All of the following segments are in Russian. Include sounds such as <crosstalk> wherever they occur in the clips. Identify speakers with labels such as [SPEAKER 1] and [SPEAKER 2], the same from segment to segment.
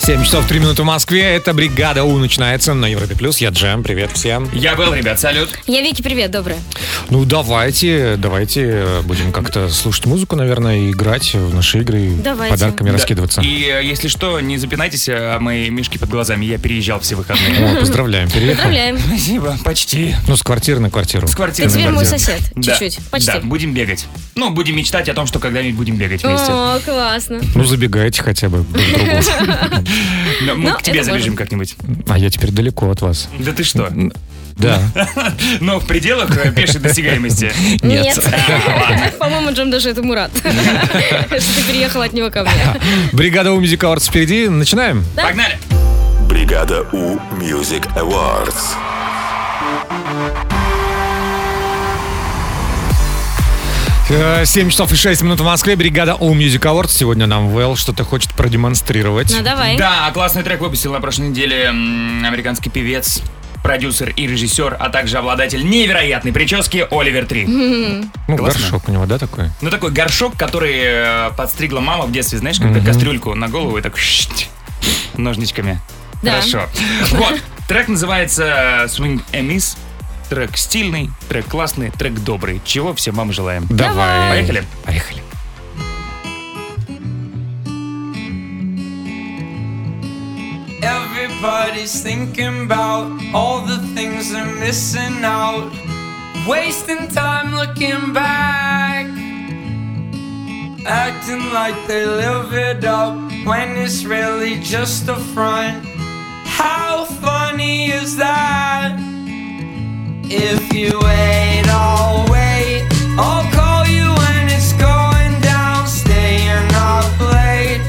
[SPEAKER 1] 7 часов 3 минуты в Москве. Это «Бригада У» начинается на Европе+. плюс. Я Джем, привет всем.
[SPEAKER 2] Я был, ребят, салют.
[SPEAKER 3] Я Вики, привет, доброе.
[SPEAKER 1] Ну, давайте, давайте э, будем как-то слушать музыку, наверное, и играть в наши игры, и
[SPEAKER 3] Давайте.
[SPEAKER 1] подарками
[SPEAKER 3] Да.
[SPEAKER 1] раскидываться.
[SPEAKER 2] И э, если что, не запинайтесь, а мои мишки под глазами. Я переезжал все
[SPEAKER 1] <laughs>
[SPEAKER 2] выходные.
[SPEAKER 1] О, поздравляем, переехал.
[SPEAKER 3] Поздравляем.
[SPEAKER 2] Спасибо, почти.
[SPEAKER 1] Ну, с квартиры на квартиру.
[SPEAKER 2] С
[SPEAKER 3] Ты
[SPEAKER 2] квартиры.
[SPEAKER 3] теперь
[SPEAKER 1] Нормально.
[SPEAKER 3] мой сосед.
[SPEAKER 2] Да,
[SPEAKER 3] Чуть-чуть. Почти.
[SPEAKER 2] Да, будем бегать. Ну, будем мечтать о том, что когда-нибудь будем бегать вместе.
[SPEAKER 3] О, классно.
[SPEAKER 1] Ну, забегайте хотя бы друг к другу.
[SPEAKER 3] <laughs>
[SPEAKER 2] Но Мы
[SPEAKER 3] Ну,
[SPEAKER 2] к тебе
[SPEAKER 3] это
[SPEAKER 2] забежим
[SPEAKER 3] можно.
[SPEAKER 2] как-нибудь.
[SPEAKER 1] А я теперь далеко от вас.
[SPEAKER 2] Да ты что?
[SPEAKER 1] Да.
[SPEAKER 2] Но в пределах э, пешей досягаемости.
[SPEAKER 3] <laughs> По-моему, Джем даже этому рад. <laughs> Что ты переехал от него ко мне.
[SPEAKER 1] Бригада У Music Awards впереди. Начинаем?
[SPEAKER 2] Погнали!
[SPEAKER 4] Бригада У Music Awards.
[SPEAKER 1] Э, 7 часов и 6 минут в Москве. Бригада У Music Awards. Сегодня нам Вэл что-то хочет продемонстрировать.
[SPEAKER 3] Ну, давай.
[SPEAKER 2] Да, классный трек выпустил на прошлой неделе м, американский певец, продюсер и режиссер, а также обладатель невероятной прически Оливер Три.
[SPEAKER 1] Ну,
[SPEAKER 2] классно.
[SPEAKER 1] горшок у него, да, такой?
[SPEAKER 2] Ну такой горшок, который э, подстригла мама в детстве, знаешь, когда кастрюльку на голову и так шшт, ножничками.
[SPEAKER 3] Да.
[SPEAKER 2] Хорошо. Вот, трек называется э, Swing a Miss. Трек стильный, трек классный, трек добрый. Чего всем вам желаем.
[SPEAKER 1] Давай.
[SPEAKER 2] Поехали.
[SPEAKER 1] Поехали.
[SPEAKER 5] Everybody's thinking about all the things they're missing out, wasting time looking back, acting like they live it up when it's really just a front. How funny is that? If you wait, I'll wait. I'll call you when it's going down, staying up late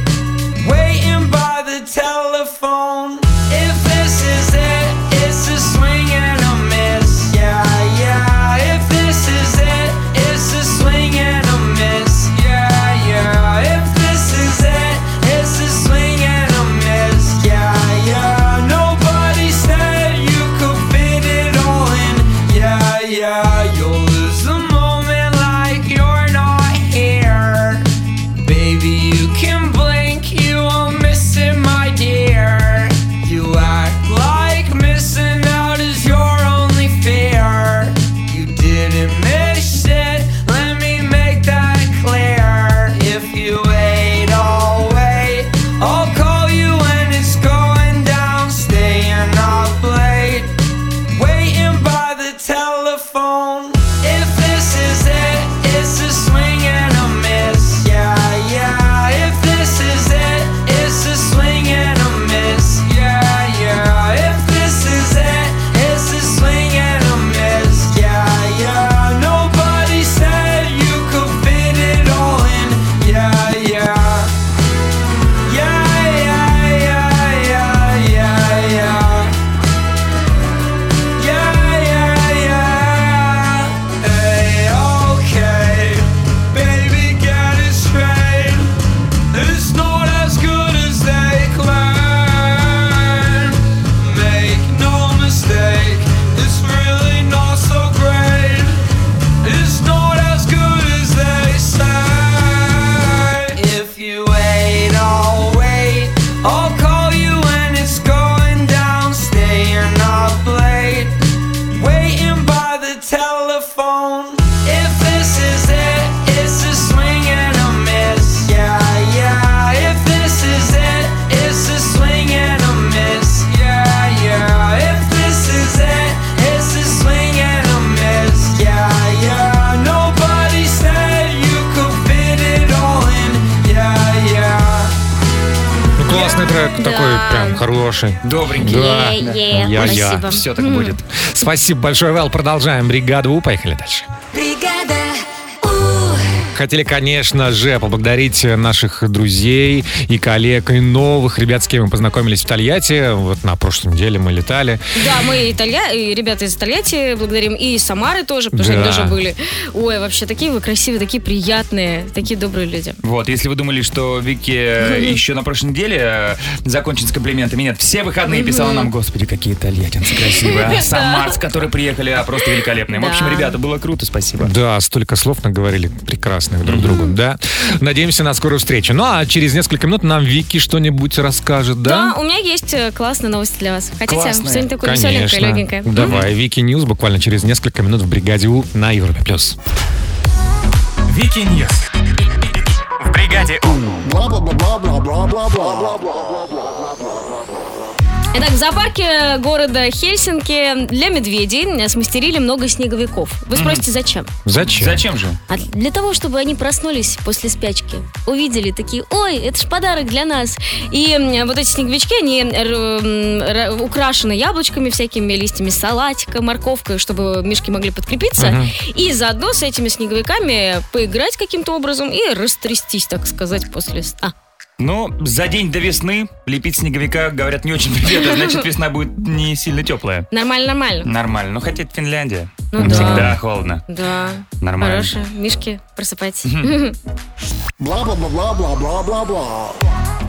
[SPEAKER 5] waiting by the telephone. If this is it, it's a swing and a miss. Yeah, yeah. If this is it, it's a swing and a miss. Yeah, yeah. If this is it, it's a swing and a miss. Yeah, yeah. Nobody said you could fit it all in. Yeah, yeah. You'll lose the moment like you're not here. Baby, you can blink, you won't miss it, my dear. You act like missing out is your only fear. You didn't miss it, let me make that clear. If you wait, I'll wait. I'll call you when it's going down, staying up late. Waiting by the telephone. If this is it, it's a swing and a miss. Yeah, yeah. If this is it, it's a swing and a miss. Yeah, yeah. If this is it, it's a swing and a miss. Yeah, yeah. Nobody said you could fit it all in. Yeah, yeah. Yeah, yeah, yeah, yeah, yeah, yeah. Yeah, yeah, yeah. Hey, okay. Baby, get it straight. It's not as good as they claim. Make no mistake, it's really not so great. It's not as good as they say. If you wait, I'll wait. I'll call you when it's going down, staying up late, waiting by the telephone. If this is it, it's a swing and a miss. Yeah, yeah. If this is it, it's a swing and a miss. Yeah, yeah. If this is it, it's a swing and a miss. Yeah, yeah. Nobody said you could fit it all in. Yeah, yeah.
[SPEAKER 1] Ну, классный трек
[SPEAKER 3] Да.
[SPEAKER 1] такой, прям хороший.
[SPEAKER 2] Добренький.
[SPEAKER 1] Да.
[SPEAKER 3] Е-е,
[SPEAKER 1] Я- я.
[SPEAKER 3] Спасибо.
[SPEAKER 2] Все так будет.
[SPEAKER 1] Спасибо большое, Вэл. Продолжаем бригаду. У». Поехали дальше. Хотели, конечно же, поблагодарить наших друзей и коллег, и новых ребят, с кем мы познакомились в Тольятти. Вот на прошлой неделе мы летали.
[SPEAKER 3] Да, мы италья... и ребята из Тольятти благодарим, и из Самары тоже, потому что
[SPEAKER 1] Да.
[SPEAKER 3] они тоже были. Ой, вообще, такие вы красивые, такие приятные, такие добрые люди.
[SPEAKER 2] Вот, если вы думали, что Вики э, еще на прошлой неделе э, закончит с комплиментами, нет, все выходные писала нам, господи, какие тольяттинцы красивые,
[SPEAKER 3] <laughs>
[SPEAKER 2] а Самарск, которые приехали, а, просто великолепные. В общем,
[SPEAKER 3] Да.
[SPEAKER 2] ребята, было круто, спасибо.
[SPEAKER 1] Да, столько слов наговорили. Прекрасно. интересных друг другу, да. Надеемся на скорую встречу. Ну, а через несколько минут нам Вики что-нибудь расскажет,
[SPEAKER 3] Да,
[SPEAKER 1] да?
[SPEAKER 3] у меня есть э, классные новости для вас. Хотите
[SPEAKER 2] Классные?
[SPEAKER 3] что-нибудь такое веселенькое, легенькое?
[SPEAKER 1] Давай, Вики Ньюс буквально через несколько минут в бригаде У на Европе плюс.
[SPEAKER 2] Вики Ньюс. В бригаде У.
[SPEAKER 3] Итак, в зоопарке города Хельсинки для медведей э, смастерили много снеговиков. Вы спросите, зачем?
[SPEAKER 1] Зачем?
[SPEAKER 2] Зачем же?
[SPEAKER 3] А для того, чтобы они проснулись после спячки, увидели такие, ой, это ж подарок для нас. И м, вот эти снеговички, они р- м, р- украшены яблочками всякими, листьями салатика, морковкой, чтобы мишки могли подкрепиться. И заодно с этими снеговиками поиграть каким-то образом и растрястись, так сказать, после сна.
[SPEAKER 2] Ну, за день до весны лепить снеговика, говорят, не очень приятно, значит, весна будет не сильно теплая.
[SPEAKER 3] Нормально, нормально.
[SPEAKER 2] Нормально. Ну, хотя это Финляндия.
[SPEAKER 3] Ну
[SPEAKER 2] Там
[SPEAKER 3] да.
[SPEAKER 2] всегда холодно.
[SPEAKER 3] Да.
[SPEAKER 2] Нормально.
[SPEAKER 3] Хорошие. Мишки, просыпайтесь. В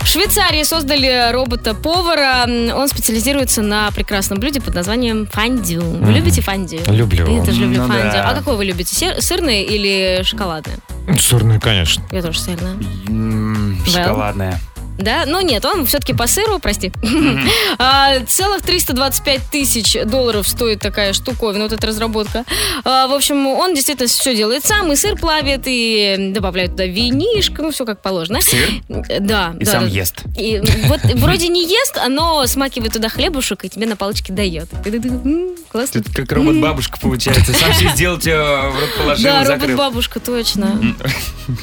[SPEAKER 3] Швейцарии создали робота-повара. М, Он специализируется на прекрасном блюде под названием фандю. Вы любите фандю?
[SPEAKER 1] Люблю.
[SPEAKER 3] Я тоже люблю
[SPEAKER 2] Ну
[SPEAKER 3] фандю.
[SPEAKER 2] да.
[SPEAKER 3] А какое вы любите? Сер- сырное или шоколадное?
[SPEAKER 1] Сырный, конечно.
[SPEAKER 3] Я тоже сырное.
[SPEAKER 2] М, Шоколадная.
[SPEAKER 3] Да? Но нет, он все-таки по сыру, прости. <laughs> А, Целых 325 тысяч долларов стоит такая штуковина, вот эта разработка. А, В общем, он действительно все делает сам, и сыр плавит, и добавляет туда винишко, ну все как положено.
[SPEAKER 2] Сыр
[SPEAKER 3] Э, Да.
[SPEAKER 2] и
[SPEAKER 3] да,
[SPEAKER 2] сам
[SPEAKER 3] да.
[SPEAKER 2] ест.
[SPEAKER 3] И вот вроде не ест, оно смакивает туда хлебушек и тебе на палочке дает. И ты такой, «М, классно.
[SPEAKER 2] Тут как робот-бабушка получается. Сам все сделать, э, в рот положил,
[SPEAKER 3] Да,
[SPEAKER 2] закрыл.
[SPEAKER 3] робот-бабушка, точно.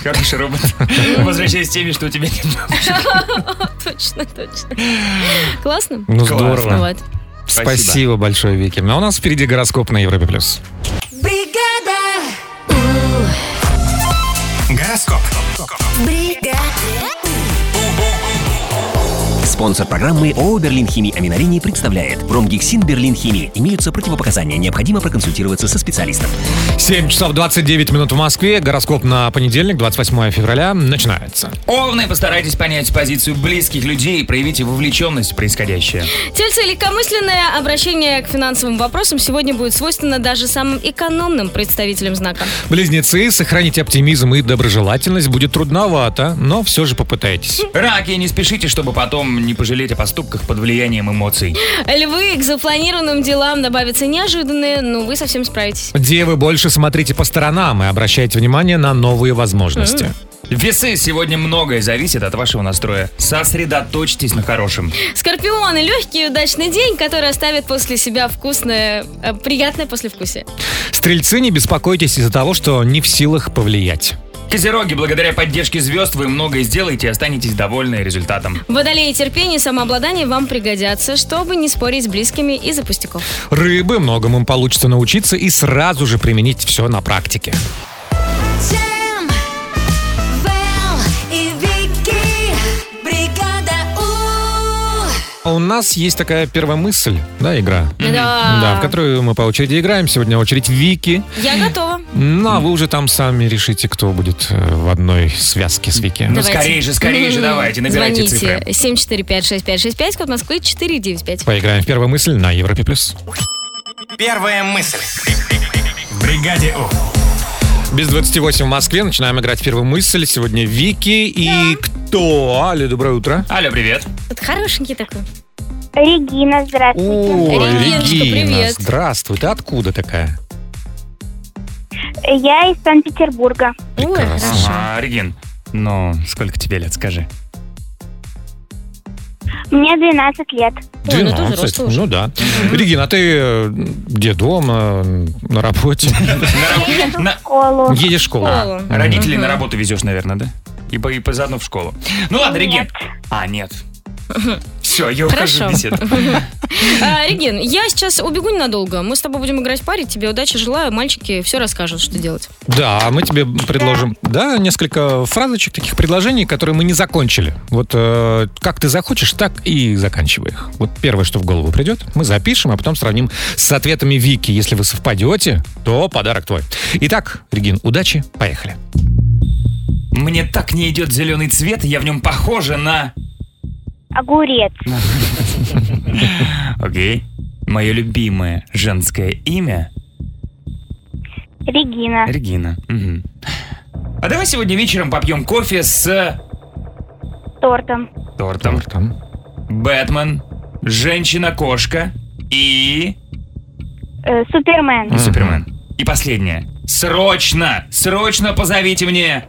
[SPEAKER 2] Хороший робот. Возвращайся с теми, что у тебя нет.
[SPEAKER 3] <laughs> Точно, точно. Классно?
[SPEAKER 1] Ну,
[SPEAKER 2] Классно.
[SPEAKER 1] здорово.
[SPEAKER 3] Ну вот.
[SPEAKER 1] Спасибо. большое, Вики. А у нас впереди гороскоп на Европе плюс.
[SPEAKER 2] Гороскоп.
[SPEAKER 6] Спонсор программы ООО «Берлинхими Аминарини» представляет Бромгексин Берлинхими. Имеются противопоказания. Необходимо проконсультироваться со специалистом.
[SPEAKER 1] 7 часов 29 минут в Москве. Гороскоп на понедельник, 28 февраля, начинается.
[SPEAKER 2] Овны, постарайтесь понять позицию близких людей и проявите вовлеченность в происходящее.
[SPEAKER 3] Тельцы, легкомысленное обращение к финансовым вопросам сегодня будет свойственно даже самым экономным представителям знака.
[SPEAKER 1] Близнецы, сохранить оптимизм и доброжелательность будет трудновато, но все же попытайтесь.
[SPEAKER 2] Раки, не спешите, чтобы потом не пожалеть о поступках под влиянием эмоций.
[SPEAKER 3] Львы, к запланированным делам добавятся неожиданные, но вы совсем справитесь.
[SPEAKER 1] Девы, больше смотрите по сторонам и обращайте внимание на новые возможности.
[SPEAKER 2] Весы, сегодня многое зависит от вашего настроя. Сосредоточьтесь на хорошем.
[SPEAKER 3] Скорпионы, легкий и удачный день, который оставит после себя вкусное, э, приятное послевкусие.
[SPEAKER 1] Стрельцы, не беспокойтесь из-за того, что не в силах повлиять.
[SPEAKER 2] Козероги, благодаря поддержке звезд вы многое сделаете и останетесь довольны результатом.
[SPEAKER 3] Водолеи терпение и самообладание вам пригодятся, чтобы не спорить с близкими из-за пустяков.
[SPEAKER 1] Рыбы, многому получится научиться и сразу же применить все на практике.
[SPEAKER 7] Джем, Вэл и Вики, бригада У.
[SPEAKER 1] А У нас есть такая первая мысль, да, игра?
[SPEAKER 3] Да.
[SPEAKER 1] Да, в которую мы по очереди играем. Сегодня очередь Вики.
[SPEAKER 3] Я готова.
[SPEAKER 1] Ну, а вы уже там сами решите, кто будет э, в одной связке с Вики.
[SPEAKER 2] Ну, скорее же, скорее же, давайте, набирайте
[SPEAKER 3] Звоните
[SPEAKER 2] цифры.
[SPEAKER 3] 745-6565, код Москвы 495.
[SPEAKER 1] Поиграем в первую мысль на Европе+. плюс.
[SPEAKER 8] Первая мысль. В бригаде У.
[SPEAKER 1] Без 28 в Москве. Начинаем играть в первую мысль. Сегодня Вики и кто? Алле, доброе утро.
[SPEAKER 2] Алло, привет.
[SPEAKER 3] Вот хорошенький такой.
[SPEAKER 9] Регина, здравствуйте.
[SPEAKER 1] О,
[SPEAKER 3] Региночка,
[SPEAKER 1] Регина,
[SPEAKER 3] привет.
[SPEAKER 1] здравствуй. Ты откуда такая?
[SPEAKER 9] Я из Санкт-Петербурга.
[SPEAKER 3] Ой,
[SPEAKER 1] Прекрасно.
[SPEAKER 3] хорошо.
[SPEAKER 2] А, Регин, ну, сколько тебе лет, скажи?
[SPEAKER 9] Мне 12 лет.
[SPEAKER 3] Ой, ну тоже рост уже.
[SPEAKER 1] Ну да. Регина, а ты э, где дома? На
[SPEAKER 3] <laughs>
[SPEAKER 1] работе?
[SPEAKER 9] Я иду в
[SPEAKER 2] на-
[SPEAKER 9] школу.
[SPEAKER 1] Едешь в школу?
[SPEAKER 3] Школу.
[SPEAKER 1] Мгм.
[SPEAKER 2] Родителей на работу везешь, наверное, да? И, по, и по- заодно в школу. Ну ладно, Регин.
[SPEAKER 9] Нет.
[SPEAKER 2] А, нет. Все, я ухожу в
[SPEAKER 3] Хорошо.
[SPEAKER 2] беседу.
[SPEAKER 3] А, Регин, я сейчас убегу ненадолго. Мы с тобой будем играть в паре. Тебе удачи желаю. Мальчики все расскажут, что делать.
[SPEAKER 1] Да, а мы тебе предложим, да, несколько фразочек, таких предложений, которые мы не закончили. Вот э, как ты захочешь, так и заканчивай их. Вот первое, что в голову придет, мы запишем, а потом сравним с ответами Вики. Если вы совпадете, то подарок твой. Итак, Регин, удачи, поехали.
[SPEAKER 2] Мне так не идет зеленый цвет, я в нем похожа на...
[SPEAKER 9] Огурец.
[SPEAKER 2] Окей. Мое любимое женское имя
[SPEAKER 9] Регина.
[SPEAKER 2] Э- Регина. Мгм. А давай сегодня вечером попьем кофе с
[SPEAKER 9] Тортом.
[SPEAKER 2] тортом.
[SPEAKER 1] Там.
[SPEAKER 2] Бэтмен, Женщина-кошка и...
[SPEAKER 9] Э, Супермен.
[SPEAKER 1] Мгм.
[SPEAKER 2] Супермен. И последнее. Срочно, срочно позовите мне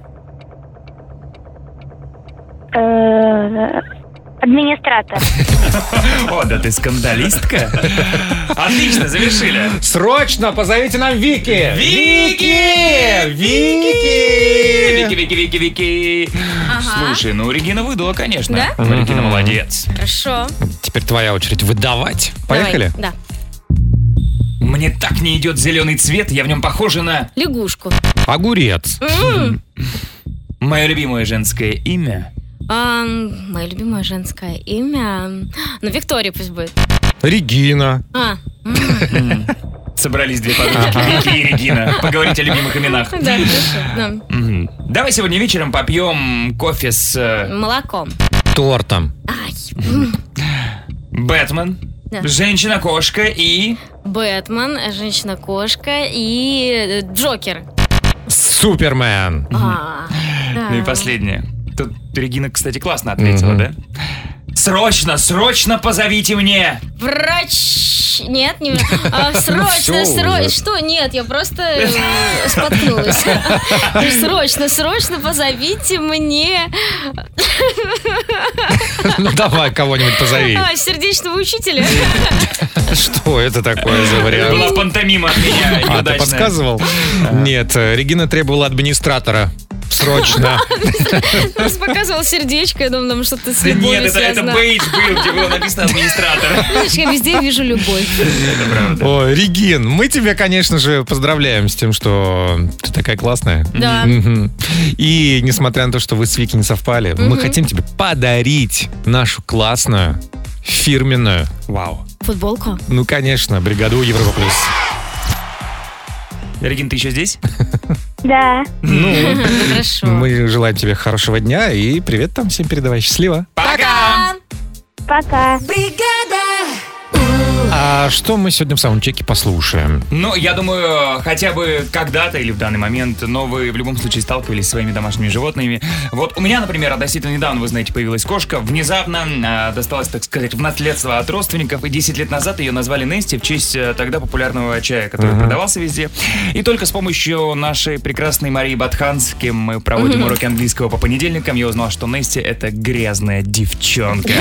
[SPEAKER 9] Э, Администратор.
[SPEAKER 2] О, да ты скандалистка. Отлично, завершили.
[SPEAKER 1] Срочно позовите нам Вики!
[SPEAKER 2] Вики! Вики,
[SPEAKER 1] Вики!
[SPEAKER 2] Вики, Вики, Вики.
[SPEAKER 3] Ага.
[SPEAKER 2] Слушай, ну Регина выдала, конечно.
[SPEAKER 3] Да?
[SPEAKER 2] Ну, Регина молодец.
[SPEAKER 3] Хорошо.
[SPEAKER 2] Ну,
[SPEAKER 1] Теперь твоя очередь выдавать. Поехали?
[SPEAKER 3] Давай, Да.
[SPEAKER 2] Мне так не идет зеленый цвет, я в нем похожа на...
[SPEAKER 3] Лягушку.
[SPEAKER 1] Огурец.
[SPEAKER 3] М.
[SPEAKER 2] Мое любимое женское имя.
[SPEAKER 3] а, Ам, Мое любимое женское имя. Ну, Виктория пусть будет.
[SPEAKER 1] Регина.
[SPEAKER 3] А, м,
[SPEAKER 2] Собрались две подружки, Вики и Регина. <laughs> Поговорить о любимых именах.
[SPEAKER 3] да, хорошо.
[SPEAKER 2] Мгм. Давай сегодня вечером попьем кофе с
[SPEAKER 3] Да.
[SPEAKER 2] э,
[SPEAKER 3] Молоком.
[SPEAKER 1] Тортом.
[SPEAKER 3] Ай, м.
[SPEAKER 2] Бэтмен,
[SPEAKER 3] Да.
[SPEAKER 2] Женщина-кошка и...
[SPEAKER 3] Бэтмен, женщина-кошка и э, Джокер.
[SPEAKER 1] Супермен. <laughs>
[SPEAKER 3] А, да.
[SPEAKER 2] Ну и последнее. Тут Регина, кстати, классно ответила,
[SPEAKER 1] Мгм.
[SPEAKER 2] да? Срочно, срочно позовите мне!
[SPEAKER 3] Врач!
[SPEAKER 2] <laughs>
[SPEAKER 3] Нет, не а,
[SPEAKER 2] Ну
[SPEAKER 1] всё
[SPEAKER 3] срочно,
[SPEAKER 1] уже.
[SPEAKER 3] срочно. Что? Нет, я просто э,
[SPEAKER 2] <laughs>
[SPEAKER 3] споткнулась. Срочно, срочно позовите мне
[SPEAKER 1] Ну давай кого-нибудь позови.
[SPEAKER 3] а, сердечного учителя.
[SPEAKER 1] Что это такое за
[SPEAKER 2] Это была
[SPEAKER 1] вариант?
[SPEAKER 2] пантомима от меня.
[SPEAKER 1] А, ты
[SPEAKER 2] неудачная.
[SPEAKER 1] подсказывал? Нет, э, Регина требовала администратора. <laughs> Срочно.
[SPEAKER 3] Просто показывал сердечко, я думала, что ты с
[SPEAKER 2] Да нет,
[SPEAKER 3] любовью
[SPEAKER 2] это, это
[SPEAKER 3] связана.
[SPEAKER 2] бейдж был, где было написано администратор.
[SPEAKER 3] Видишь, я везде
[SPEAKER 2] <laughs>
[SPEAKER 3] вижу любовь.
[SPEAKER 2] Это правда.
[SPEAKER 1] Ой, Регин, мы тебя, конечно же, поздравляем с тем, что ты такая классная.
[SPEAKER 3] Да.
[SPEAKER 1] Мгм. И несмотря на то, что вы с Вики не совпали, мы хотим тебе подарить нашу классную, фирменную,
[SPEAKER 2] Вау.
[SPEAKER 3] Футболку?
[SPEAKER 1] ну, конечно, бригаду Европа Плюс.
[SPEAKER 2] Регин, ты еще здесь?
[SPEAKER 9] Да.
[SPEAKER 1] Ну,
[SPEAKER 3] Хорошо.
[SPEAKER 1] мы желаем тебе хорошего дня и привет там всем передавай. Счастливо.
[SPEAKER 2] Пока!
[SPEAKER 9] Пока.
[SPEAKER 7] бригада,
[SPEAKER 1] А что мы сегодня в саундчеке послушаем?
[SPEAKER 2] Ну, я думаю, хотя бы когда-то или в данный момент, но вы в любом случае сталкивались с своими домашними животными. Вот у меня, например, относительно недавно, вы знаете, появилась кошка. Внезапно э, досталась, так сказать, в наследство от родственников. И 10 лет назад ее назвали Нести в честь э, тогда популярного чая, который продавался везде. И только с помощью нашей прекрасной Марии Батхан, с кем мы проводим уроки английского по понедельникам, я узнал, что Нести — это грязная девчонка.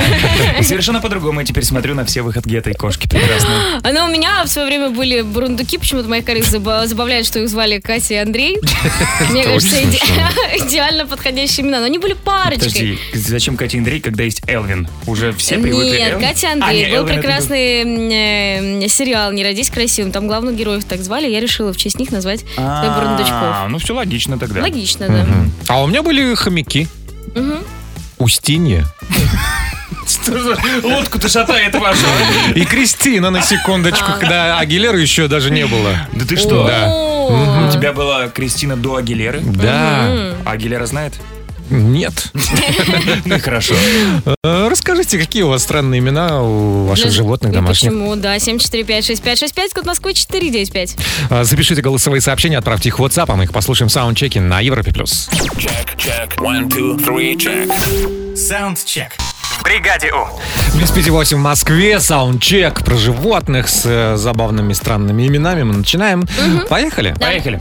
[SPEAKER 2] И совершенно по-другому я теперь смотрю на все выходки этой кошки прекрасной.
[SPEAKER 3] <laughs> Она у меня в свое время были бурундуки, почему-то моих коллег заба- забавляет, что их звали Катя
[SPEAKER 2] <laughs>
[SPEAKER 3] и Андрей. Мне
[SPEAKER 1] Это
[SPEAKER 3] кажется,
[SPEAKER 1] очень
[SPEAKER 3] иде- <laughs> идеально подходящие имена. Но они были парочкой.
[SPEAKER 2] Подожди, зачем Катя и Андрей, когда есть Элвин? Уже все привыкли.
[SPEAKER 3] Нет,
[SPEAKER 2] Элвин?
[SPEAKER 3] Катя и
[SPEAKER 2] А, не,
[SPEAKER 3] Андрей. Был
[SPEAKER 2] Элвин это
[SPEAKER 3] прекрасный м, э, сериал «Не родись красивым». Там главных героев так звали. Я решила в честь них назвать
[SPEAKER 2] был-
[SPEAKER 3] своих бурундучков.
[SPEAKER 2] А, ну все логично тогда.
[SPEAKER 3] Логично, да.
[SPEAKER 1] А у меня были хомяки.
[SPEAKER 3] Мгм.
[SPEAKER 1] Устинья.
[SPEAKER 2] <laughs> Что за лодку-то шатает вашу? а?
[SPEAKER 1] И Кристина, на секундочку, когда Агилера еще даже не было.
[SPEAKER 2] <laughs> Да ты что?
[SPEAKER 1] Да.
[SPEAKER 3] О.
[SPEAKER 2] У тебя была Кристина до Агилеры?
[SPEAKER 1] Да.
[SPEAKER 2] А Агилера знает?
[SPEAKER 1] Нет.
[SPEAKER 2] <laughs> Ну и хорошо.
[SPEAKER 1] Э, Расскажите, какие у вас странные имена у ваших
[SPEAKER 3] Ну,
[SPEAKER 1] животных
[SPEAKER 3] ну
[SPEAKER 1] домашних?
[SPEAKER 3] Почему, да, 7456565, код Москвы 495.
[SPEAKER 1] А, Запишите голосовые сообщения, отправьте их в WhatsApp, а мы их послушаем в саундчеке на Европе+. плюс.
[SPEAKER 8] Саундчек. В бригаде У.
[SPEAKER 1] Без пяти восемь в Москве, саундчек про животных с э, забавными странными именами. Мы начинаем. Поехали.
[SPEAKER 3] <laughs>
[SPEAKER 2] Поехали.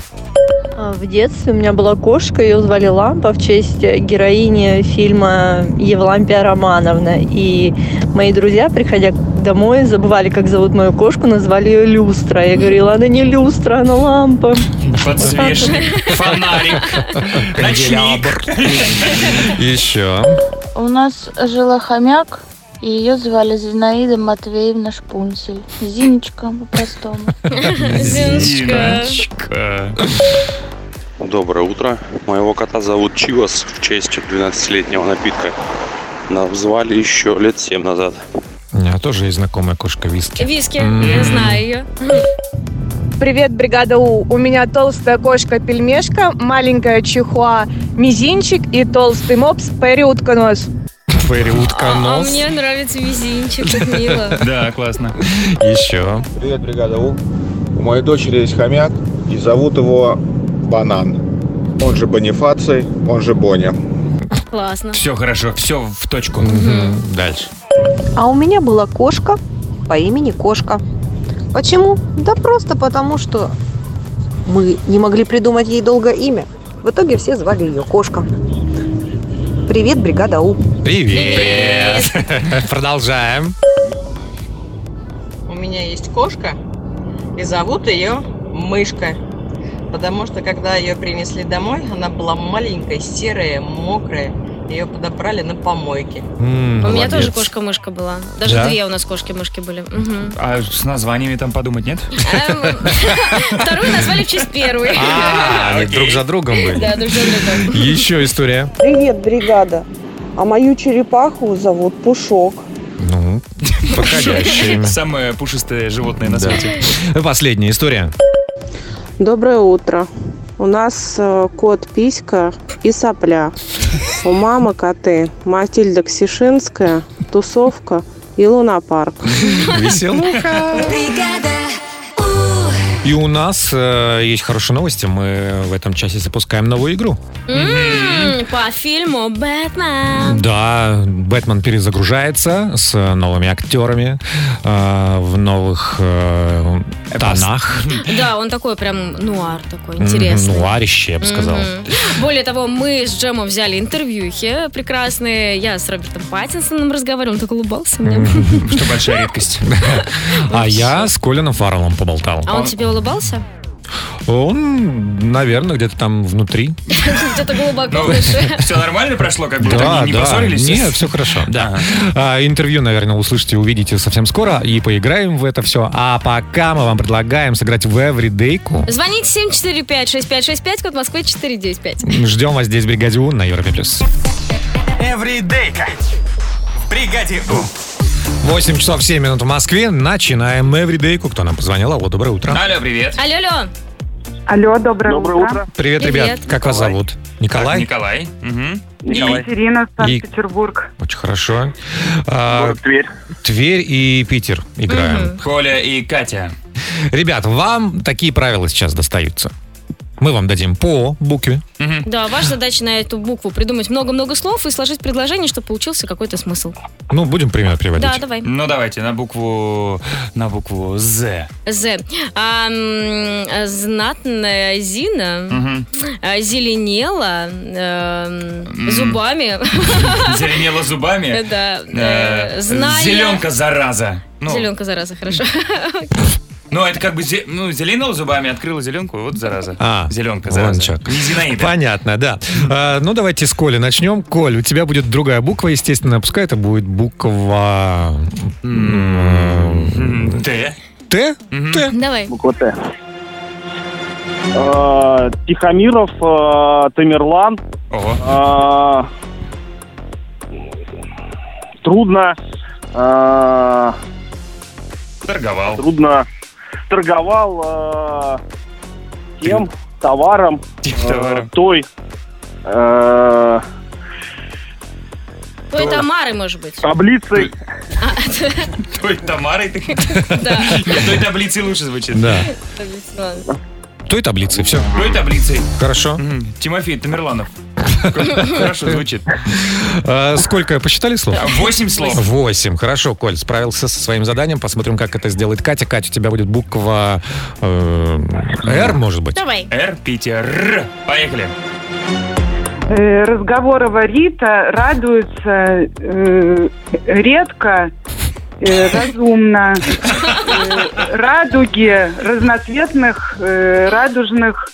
[SPEAKER 10] В детстве у меня была кошка, ее звали Лампа в честь героини фильма Евлампия Романовна. И мои друзья, приходя домой, забывали, как зовут мою кошку, назвали ее Люстра. Я говорила, она не Люстра, она Лампа.
[SPEAKER 3] <laughs>
[SPEAKER 2] Подсвечник, фонарик, ночник.
[SPEAKER 1] Еще.
[SPEAKER 10] У нас жила хомяк, и ее звали Зинаида Матвеевна Шпунсель. Зиночка по-простому.
[SPEAKER 3] Зиночка.
[SPEAKER 2] Зиночка.
[SPEAKER 10] Доброе утро. Моего кота зовут Чивас в честь 12-летнего напитка. Назвали еще лет 7 назад.
[SPEAKER 1] У меня тоже есть знакомая кошка Виски.
[SPEAKER 3] Виски, я знаю ее.
[SPEAKER 10] Привет, бригада У. У меня толстая кошка пельмешка, маленькая чихуа мизинчик и толстый мопс Перри Утконос.
[SPEAKER 1] Фэри
[SPEAKER 3] А
[SPEAKER 1] Утконос.
[SPEAKER 3] мне нравится мизинчик, как мило.
[SPEAKER 2] Да, классно.
[SPEAKER 1] Еще.
[SPEAKER 10] Привет, бригада У. У моей дочери есть хомяк, и зовут его Банан.
[SPEAKER 11] он же Бонифаций, он же Боня.
[SPEAKER 3] Классно.
[SPEAKER 2] Все хорошо, все в точку.
[SPEAKER 1] Дальше.
[SPEAKER 12] А у меня была кошка по имени Кошка. Почему? Ну, Да просто потому, что мы не могли придумать ей долго имя. В итоге все звали ее Кошка. Привет, бригада У.
[SPEAKER 1] Привет. <laughs> Продолжаем.
[SPEAKER 13] У меня есть кошка, и зовут ее Мышка. Потому что, когда ее принесли домой, она была маленькая, серая, мокрая. Ее подобрали на помойке.
[SPEAKER 3] У меня тоже кошка-мышка была. Даже
[SPEAKER 2] Да?
[SPEAKER 3] две у нас кошки-мышки были. Мгм. Эм,
[SPEAKER 2] А с названиями там подумать нет?
[SPEAKER 3] <laughs> Вторую назвали в честь первой.
[SPEAKER 1] А, они друг за другом были.
[SPEAKER 3] Да, друг за другом.
[SPEAKER 1] Еще история.
[SPEAKER 14] Привет, Э, бригада. А мою черепаху зовут Пушок.
[SPEAKER 1] Ну,
[SPEAKER 2] <laughs>
[SPEAKER 1] подходящее имя.
[SPEAKER 2] Самое пушистое животное на
[SPEAKER 1] Да.
[SPEAKER 2] свете.
[SPEAKER 1] Последняя история.
[SPEAKER 15] Доброе утро. У нас э, кот Писька и Сопля. У мамы коты Матильда Ксишинская, Тусовка и Лунопарк.
[SPEAKER 1] Веселуха.
[SPEAKER 7] Бригада,
[SPEAKER 1] И у нас э, есть хорошие новости. Мы в этом часе запускаем новую игру.
[SPEAKER 3] М, По фильму «Бэтмен».
[SPEAKER 1] Да, Бэтмен перезагружается с э, новыми актерами э, в новых э, тонах.
[SPEAKER 3] Да, он такой прям нуар такой, интересный.
[SPEAKER 1] М, Нуарище, я бы сказал.
[SPEAKER 3] Мгм. Более того, мы с Джемом взяли интервьюхи прекрасные. Я с Робертом Паттинсоном разговаривала, он так улыбался мне.
[SPEAKER 2] Что большая редкость.
[SPEAKER 1] <laughs> А я с Колином Фарреллом поболтал.
[SPEAKER 3] А он тебе улыбался? <laughs>
[SPEAKER 1] Он, наверное, где-то там внутри.
[SPEAKER 3] Где-то глубоко
[SPEAKER 1] <laughs>
[SPEAKER 3] в душе.
[SPEAKER 2] Все Ну, нормально прошло, как будто они не поссорились?
[SPEAKER 1] Нет, все хорошо. Да. А, интервью, наверное, услышите, увидите совсем скоро и поиграем в это все. А пока мы вам предлагаем сыграть в Эвридейку.
[SPEAKER 3] Звоните 745-6565, код Москвы 495.
[SPEAKER 1] Ждем вас здесь в бригаде У на Европе плюс.
[SPEAKER 8] Эвридейка. В бригаде У.
[SPEAKER 1] 8 часов 7 минут в Москве. Начинаем Эвридейку. Кто нам позвонил? Алло, доброе утро.
[SPEAKER 2] Алло, привет.
[SPEAKER 3] Алло, алло.
[SPEAKER 16] Алло, доброе, утро.
[SPEAKER 1] Привет, ребят.
[SPEAKER 16] Привет.
[SPEAKER 1] Как вас зовут? Николай?
[SPEAKER 2] Николай.
[SPEAKER 16] Екатерина,
[SPEAKER 1] И-
[SPEAKER 16] Санкт-Петербург.
[SPEAKER 1] Очень хорошо. А, Тверь. и Питер играем.
[SPEAKER 2] Коля и Катя.
[SPEAKER 1] Ребят, вам такие правила сейчас достаются. Мы вам дадим по букве.
[SPEAKER 3] Да, ваша задача на эту букву придумать много-много слов и сложить предложение, чтобы получился какой-то смысл.
[SPEAKER 1] Ну, будем пример приводить.
[SPEAKER 3] Да, давай.
[SPEAKER 2] Ну, давайте, на букву... На букву З.
[SPEAKER 3] З. А, м, знатная Зина <laughs> а, зеленела эм, зубами. <laughs>
[SPEAKER 2] Зеленела зубами.
[SPEAKER 3] Да.
[SPEAKER 2] Э,
[SPEAKER 3] э, Зная...
[SPEAKER 2] Зеленка, зараза. Ну,
[SPEAKER 3] Зеленка, зараза, хорошо.
[SPEAKER 2] ну, это как бы зе- ну, зеленела зубами, открыла зеленку, вот зараза.
[SPEAKER 1] А,
[SPEAKER 2] Зеленка, зараза. Не Зинаида.
[SPEAKER 1] Понятно, да. А, ну, давайте с Коли начнем. Коль, у тебя будет другая буква, естественно. Пускай это будет буква... м,
[SPEAKER 2] Т.
[SPEAKER 1] Т? Т.
[SPEAKER 3] Давай.
[SPEAKER 17] Буква Т. Э, Тихомиров, э, Тамерлан. А, Э, Трудно. э,
[SPEAKER 2] Торговал.
[SPEAKER 17] Трудно. Торговал а, э, тем товаром. э,
[SPEAKER 2] товаром.
[SPEAKER 17] Той. э,
[SPEAKER 3] То это Мары, может быть.
[SPEAKER 17] Таблицей.
[SPEAKER 3] А,
[SPEAKER 2] Той Тамарой ты
[SPEAKER 1] <laughs>
[SPEAKER 2] Нет, ну, той таблицей лучше звучит.
[SPEAKER 1] Да.
[SPEAKER 3] ладно.
[SPEAKER 1] Той таблицы, все.
[SPEAKER 2] Той таблицей.
[SPEAKER 1] Хорошо.
[SPEAKER 2] Тимофей Тамерланов. Хорошо звучит.
[SPEAKER 1] А, Сколько посчитали слов?
[SPEAKER 2] Да, восемь слов.
[SPEAKER 1] Восемь. Хорошо, Коль, справился со своим заданием. Посмотрим, как это сделает Катя. Катя, у тебя будет буква э, Р, может быть?
[SPEAKER 3] Давай.
[SPEAKER 2] Р, Питер. Поехали.
[SPEAKER 16] Э, Разговорова Рита радуется э, редко, э, разумно. Э, Радуги разноцветных, э, радужных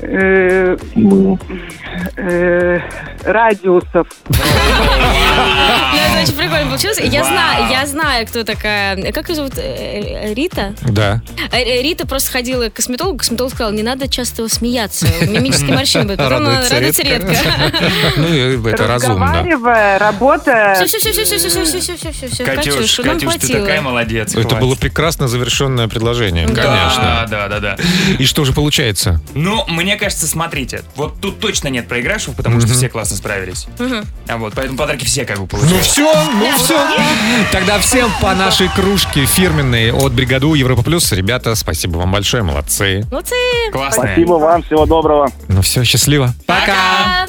[SPEAKER 16] э, э, радиусов.
[SPEAKER 3] Ну, это очень прикольно получилось. И Я
[SPEAKER 16] Вау.
[SPEAKER 3] знаю, я знаю, кто такая. Как ее зовут? Э, э, Рита?
[SPEAKER 1] Да.
[SPEAKER 3] Э, э, Рита просто ходила к косметологу, косметолог сказал, не надо часто смеяться, мимические морщины будут. Потом она радуется редко.
[SPEAKER 1] <laughs> Ну, и это разумно.
[SPEAKER 16] Разговаривая, работая...
[SPEAKER 3] Все, все, все, все, все, все, все, все, все, все, все, Катюш, нам
[SPEAKER 2] Катюш, ты такая
[SPEAKER 3] хватило.
[SPEAKER 2] молодец.
[SPEAKER 1] Это
[SPEAKER 2] хватит.
[SPEAKER 1] было прекрасно завершенное предложение,
[SPEAKER 2] Да,
[SPEAKER 1] конечно.
[SPEAKER 2] Да, да, да.
[SPEAKER 1] И что же получается?
[SPEAKER 2] Ну, мне мне кажется, смотрите, вот тут точно нет проигравших, потому что все классно справились. А вот, поэтому подарки все как бы получили.
[SPEAKER 1] Ну все, ну все. Тогда всем по нашей кружке фирменной от Бригаду Европа Плюс. Ребята, спасибо вам большое, молодцы.
[SPEAKER 3] Молодцы.
[SPEAKER 17] Ну, Спасибо вам, всего доброго.
[SPEAKER 1] Ну все, счастливо.
[SPEAKER 3] Пока.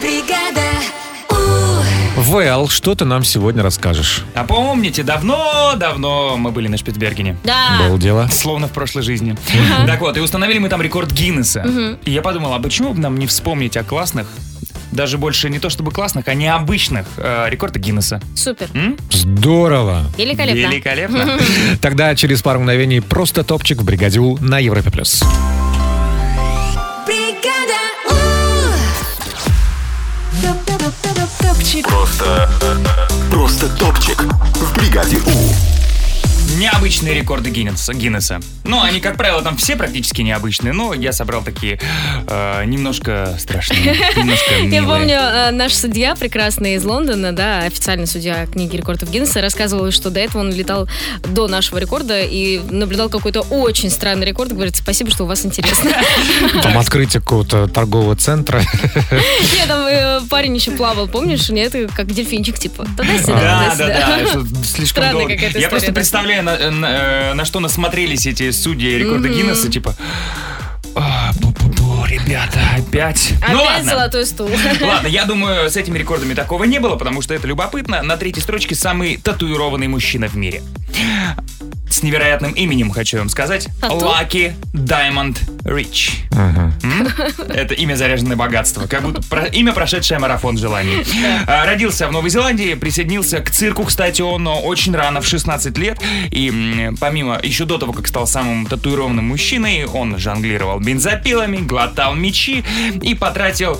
[SPEAKER 7] Бригада
[SPEAKER 1] Вэл, что ты нам сегодня расскажешь?
[SPEAKER 2] А помните, давно-давно мы были на Шпицбергене.
[SPEAKER 3] Да.
[SPEAKER 1] Было дело.
[SPEAKER 2] Словно в прошлой жизни. Так вот, и установили мы там рекорд Гиннесса.
[SPEAKER 3] Мгм.
[SPEAKER 2] И я подумал, а почему бы нам не вспомнить о классных, даже больше не то чтобы классных, а необычных э, рекордах Гиннесса?
[SPEAKER 3] Супер.
[SPEAKER 1] Здорово.
[SPEAKER 3] Великолепно. <laughs>
[SPEAKER 2] Великолепно.
[SPEAKER 1] Тогда через пару мгновений просто топчик в Бригаде У на Европе+. плюс.
[SPEAKER 7] Бригада У Топчик
[SPEAKER 4] Просто... Просто топчик в бригаде У.
[SPEAKER 2] Необычные рекорды Гиннесса. Гиннесса. Ну, они, как правило, там все практически необычные, но я собрал такие э, немножко страшные, немножко
[SPEAKER 3] <laughs> Я
[SPEAKER 2] милые.
[SPEAKER 3] помню, э, наш судья прекрасный из Лондона, да, официальный судья книги рекордов Гиннесса, рассказывал, что до этого он летал до нашего рекорда и наблюдал какой-то очень странный рекорд. Говорит, спасибо, что у вас интересно.
[SPEAKER 1] Там открытие какого-то торгового центра. <laughs>
[SPEAKER 3] Нет, там э, парень еще плавал, помнишь? Нет, и как дельфинчик, типа. Туда-сюда,
[SPEAKER 2] Да, да,
[SPEAKER 3] туда-сюда.
[SPEAKER 2] да. что Слишком
[SPEAKER 3] Странная
[SPEAKER 2] долго.
[SPEAKER 3] какая-то история,
[SPEAKER 2] Я просто
[SPEAKER 3] да.
[SPEAKER 2] представляю, на- на э, на что насмотрелись эти судьи рекорда
[SPEAKER 3] Мгм.
[SPEAKER 2] Гиннесса, типа... «А, бу-бу-бу, Ребята, опять. Ну
[SPEAKER 3] Опять
[SPEAKER 2] ладно.
[SPEAKER 3] золотой стул.
[SPEAKER 2] <laughs> Ладно, я думаю, с этими рекордами такого не было, потому что это любопытно. На третьей строчке самый татуированный мужчина в мире. С невероятным именем, хочу вам сказать.
[SPEAKER 3] Тату?
[SPEAKER 2] Лаки Даймонд Рич. М? Это имя заряженное богатство. Как будто про- имя, прошедшее марафон желаний. А, Родился в Новой Зеландии, присоединился к цирку, кстати, он э, очень рано, в 16 лет. И м, помимо, еще до того, как стал самым татуированным мужчиной, он жонглировал бензопилами, глотал мечи и потратил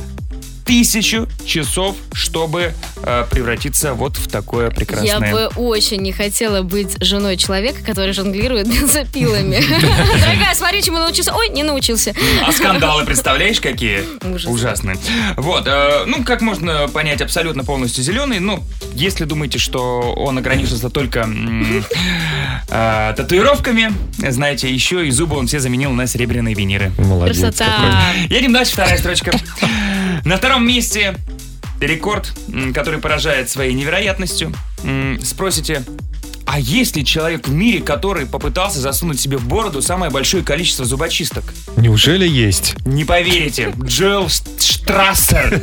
[SPEAKER 2] тысячу часов, чтобы э, превратиться вот в такое прекрасное...
[SPEAKER 3] Я бы очень не хотела быть женой человека, который жонглирует <laughs> бензопилами. Дорогая, смотри, чему научился. Ой, не научился.
[SPEAKER 2] А скандалы, представляешь, какие? Ужасные. Вот, э, ну, как можно понять, абсолютно полностью зеленый, но если думаете, что он ограничился только м, э, татуировками, знаете, еще и зубы он все заменил на серебряные виниры.
[SPEAKER 1] Молодец.
[SPEAKER 3] Красота.
[SPEAKER 2] Едем дальше, вторая строчка. На втором месте рекорд, м, который поражает своей невероятностью. М, Спросите, а есть ли человек в мире, который попытался засунуть себе в бороду самое большое количество зубочисток?
[SPEAKER 1] Неужели есть?
[SPEAKER 2] Не поверите, Джоэл Ш- Штрассер.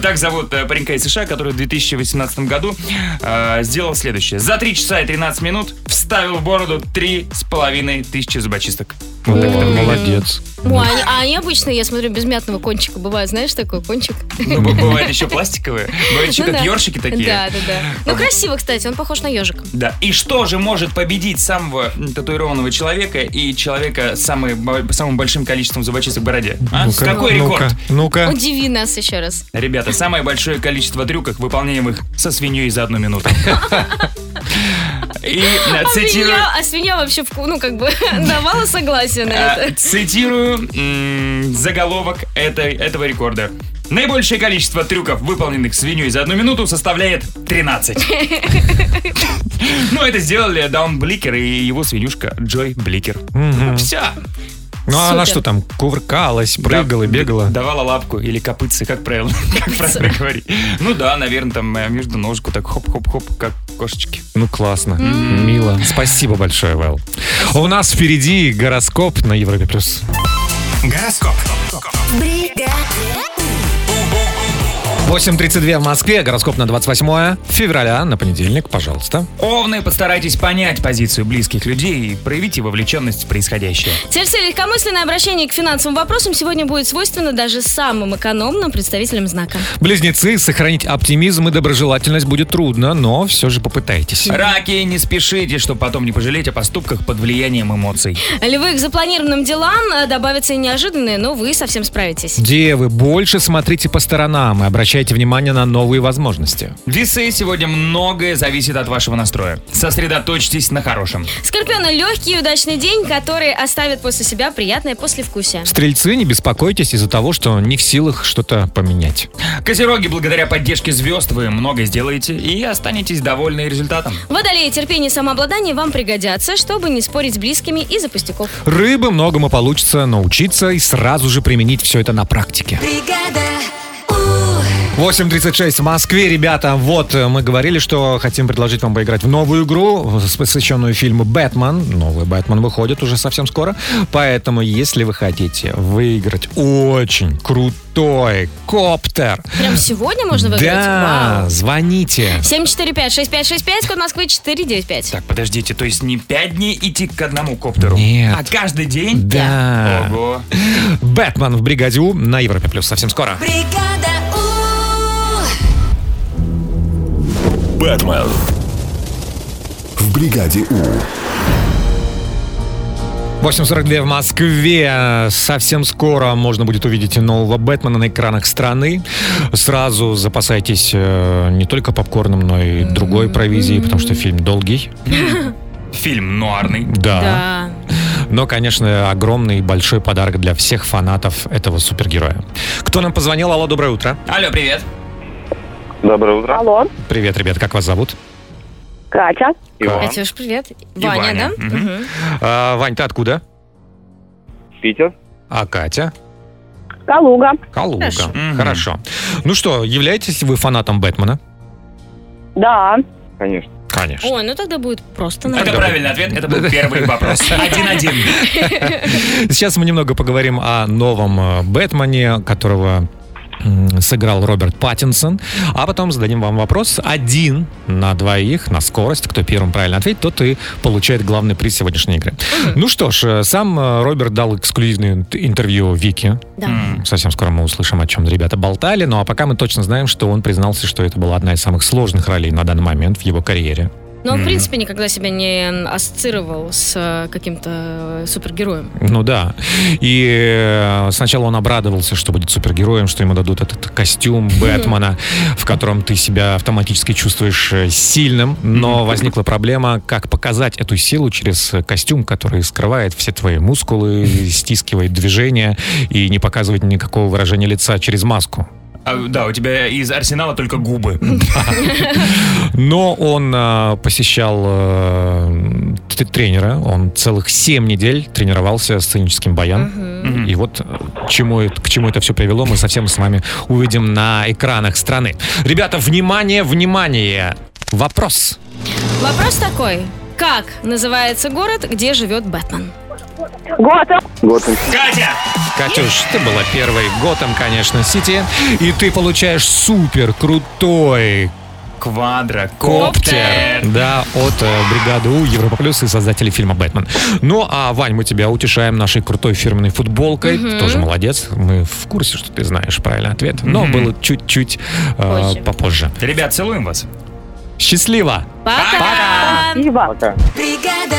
[SPEAKER 2] Так зовут э, паренька из США, который в 2018 году э, сделал следующее. За 3 часа и 13 минут вставил в бороду 3,5 тысячи зубочисток.
[SPEAKER 1] Вот так-то молодец.
[SPEAKER 3] Ой, а они- а они обычно, я смотрю, без мятного кончика бывают. Знаешь, такой кончик?
[SPEAKER 2] Ну, б- бывают еще пластиковые, бывают еще
[SPEAKER 3] Ну
[SPEAKER 2] как
[SPEAKER 3] да.
[SPEAKER 2] ёршики такие.
[SPEAKER 3] Да, да, да. Ну, красиво, кстати, он похож на ежика.
[SPEAKER 2] Да. И что же может победить самого м, татуированного человека и человека с самой бо- самым большим количеством зубочисток в бороде? А?
[SPEAKER 1] Ну-ка,
[SPEAKER 2] Какой рекорд?
[SPEAKER 1] Ну-ка, ну-ка.
[SPEAKER 3] Удиви нас еще раз.
[SPEAKER 2] Ребята, самое большое количество трюков, выполняемых со свиньей за одну минуту. И э,
[SPEAKER 3] А
[SPEAKER 2] цитирую...
[SPEAKER 3] свинья, а свинья вообще, вку- ну, как бы, <laughs> давала согласие на
[SPEAKER 2] э,
[SPEAKER 3] это.
[SPEAKER 2] Цитирую м, заголовок этой, этого рекорда. Наибольшее количество трюков, выполненных свиньей за одну минуту, составляет
[SPEAKER 3] <laughs>
[SPEAKER 2] 13. Ну, это сделали Даун Бликер и его свинюшка Джой Бликер.
[SPEAKER 1] Мгм.
[SPEAKER 2] Все.
[SPEAKER 1] Ну а она
[SPEAKER 2] Супер.
[SPEAKER 1] что там, кувыркалась, прыгала, бегала?
[SPEAKER 2] Давала лапку или копытцы, как правило, <laughs> как правильно говорить. Ну да, наверное, там э, между ножку так хоп-хоп-хоп, как кошечки.
[SPEAKER 1] Ну классно, мило. Спасибо большое, Вэл. У нас впереди гороскоп на Европе+. плюс.
[SPEAKER 8] Гороскоп.
[SPEAKER 7] Бригада
[SPEAKER 1] 8.32 в Москве, гороскоп на 28 февраля, на понедельник, пожалуйста.
[SPEAKER 2] Овны, постарайтесь понять позицию близких людей и проявите вовлеченность в происходящее.
[SPEAKER 3] Тельцы, легкомысленное обращение к финансовым вопросам сегодня будет свойственно даже самым экономным представителям знака.
[SPEAKER 1] Близнецы, сохранить оптимизм и доброжелательность будет трудно, но все же попытайтесь.
[SPEAKER 2] Раки, не спешите, чтобы потом не пожалеть о поступках под влиянием эмоций.
[SPEAKER 3] Львы к запланированным делам э, добавятся и неожиданные, но вы совсем справитесь.
[SPEAKER 1] Девы, больше смотрите по сторонам и обращайте внимание на новые возможности.
[SPEAKER 2] Весы сегодня многое зависит от вашего настроя. Сосредоточьтесь на хорошем.
[SPEAKER 3] Скорпионы – легкий и удачный день, который оставит после себя приятное послевкусие.
[SPEAKER 1] Стрельцы, не беспокойтесь из-за того, что не в силах что-то поменять.
[SPEAKER 2] Козероги, благодаря поддержке звезд вы многое сделаете и останетесь довольны результатом.
[SPEAKER 3] Водолеи, терпение и самообладание вам пригодятся, чтобы не спорить с близкими из-за пустяков.
[SPEAKER 1] Рыбы многому получится научиться и сразу же применить все это на практике.
[SPEAKER 7] бригада,
[SPEAKER 1] 8.36 в Москве, ребята. Вот, э, мы говорили, что хотим предложить вам поиграть в новую игру, с- посвященную фильму «Бэтмен». Новый «Бэтмен» выходит уже совсем скоро. Поэтому, если вы хотите выиграть очень крутой коптер,
[SPEAKER 3] Прям сегодня можно выиграть?
[SPEAKER 1] да,
[SPEAKER 3] Вау.
[SPEAKER 1] звоните.
[SPEAKER 3] 745-6565, код Москвы 495.
[SPEAKER 2] Так, подождите, то есть не пять дней идти к одному коптеру?
[SPEAKER 1] Нет.
[SPEAKER 2] А каждый день?
[SPEAKER 1] Да.
[SPEAKER 2] Ого.
[SPEAKER 1] «Бэтмен» в «Бригаде У» на Европе+. плюс Совсем скоро.
[SPEAKER 7] бригада У,
[SPEAKER 4] Бэтмен. В бригаде У.
[SPEAKER 1] 8.42 в Москве. Совсем скоро можно будет увидеть нового Бэтмена на экранах страны. Сразу запасайтесь э, не только попкорном, но и другой провизией, потому что фильм долгий.
[SPEAKER 2] Фильм нуарный.
[SPEAKER 1] Да. Но, конечно, огромный и большой подарок для всех фанатов этого супергероя. Кто нам позвонил? Алло, доброе утро.
[SPEAKER 2] Алло, привет.
[SPEAKER 17] Доброе утро.
[SPEAKER 14] Алло,
[SPEAKER 1] Привет, ребят, как вас зовут?
[SPEAKER 14] Катя.
[SPEAKER 3] Катюш, привет. Ваня,
[SPEAKER 1] Ваня,
[SPEAKER 3] да?
[SPEAKER 1] мгм.
[SPEAKER 3] Мгм.
[SPEAKER 1] А, Вань, ты откуда?
[SPEAKER 17] Питер.
[SPEAKER 1] А Катя?
[SPEAKER 14] Калуга.
[SPEAKER 1] Калуга.
[SPEAKER 14] Хорошо.
[SPEAKER 1] Хорошо. Ну что, являетесь вы фанатом Бэтмена?
[SPEAKER 14] Да.
[SPEAKER 17] Конечно.
[SPEAKER 1] Конечно.
[SPEAKER 3] Ой, ну тогда будет просто,
[SPEAKER 2] Это
[SPEAKER 3] наверное.
[SPEAKER 2] правильный ответ, это был первый
[SPEAKER 1] <laughs>
[SPEAKER 2] вопрос. Один-один.
[SPEAKER 1] Сейчас мы немного поговорим о новом э, Бэтмене, которого м, сыграл Роберт Паттинсон. А потом зададим вам вопрос один на двоих, на скорость. Кто первым правильно ответит, тот и получает главный приз сегодняшней игры. Ну что ж, э, сам э, Роберт дал эксклюзивное ин- интервью Вики.
[SPEAKER 3] Да.
[SPEAKER 1] М, Совсем скоро мы услышим, о чем ребята болтали. Ну а пока мы точно знаем, что он признался, что это была одна из самых сложных ролей на данный момент в его карьере.
[SPEAKER 3] Но он, в
[SPEAKER 1] Мгм.
[SPEAKER 3] принципе, никогда себя не ассоциировал с э, каким-то супергероем.
[SPEAKER 1] Ну да. И э, сначала он обрадовался, что будет супергероем, что ему дадут этот костюм Бэтмена, в котором ты себя автоматически чувствуешь э, сильным. Но возникла проблема, как показать эту силу через э, костюм, который скрывает все твои мускулы, стискивает движения и не показывает никакого выражения лица через маску.
[SPEAKER 2] А, Да, у тебя из арсенала только губы.
[SPEAKER 1] Но он э, посещал э, т- тренера, он целых 7 недель тренировался сценическим баян. И вот э, чему, это- к чему это все привело, мы совсем с вами увидим на экранах страны. Ребята, внимание, внимание! Вопрос.
[SPEAKER 3] Вопрос такой. Как называется город, где живет Бэтмен?
[SPEAKER 14] Готэм.
[SPEAKER 2] Катя!
[SPEAKER 1] Катюш, ты была первой. Готэм, конечно, Сити. И ты получаешь супер крутой
[SPEAKER 2] Квадрокоптер.
[SPEAKER 1] Да, от э, бригады У, Европа Плюс и создателей фильма «Бэтмен». Ну, а, Вань, мы тебя утешаем нашей крутой фирменной футболкой.
[SPEAKER 2] Мгм.
[SPEAKER 1] Ты тоже молодец. Мы в курсе, что ты знаешь правильный ответ. Но
[SPEAKER 2] Мгм.
[SPEAKER 1] было чуть-чуть э,
[SPEAKER 2] Позже.
[SPEAKER 1] попозже.
[SPEAKER 2] Ребят, целуем вас.
[SPEAKER 1] Счастливо!
[SPEAKER 7] Пока.
[SPEAKER 1] Пока.
[SPEAKER 7] бригада,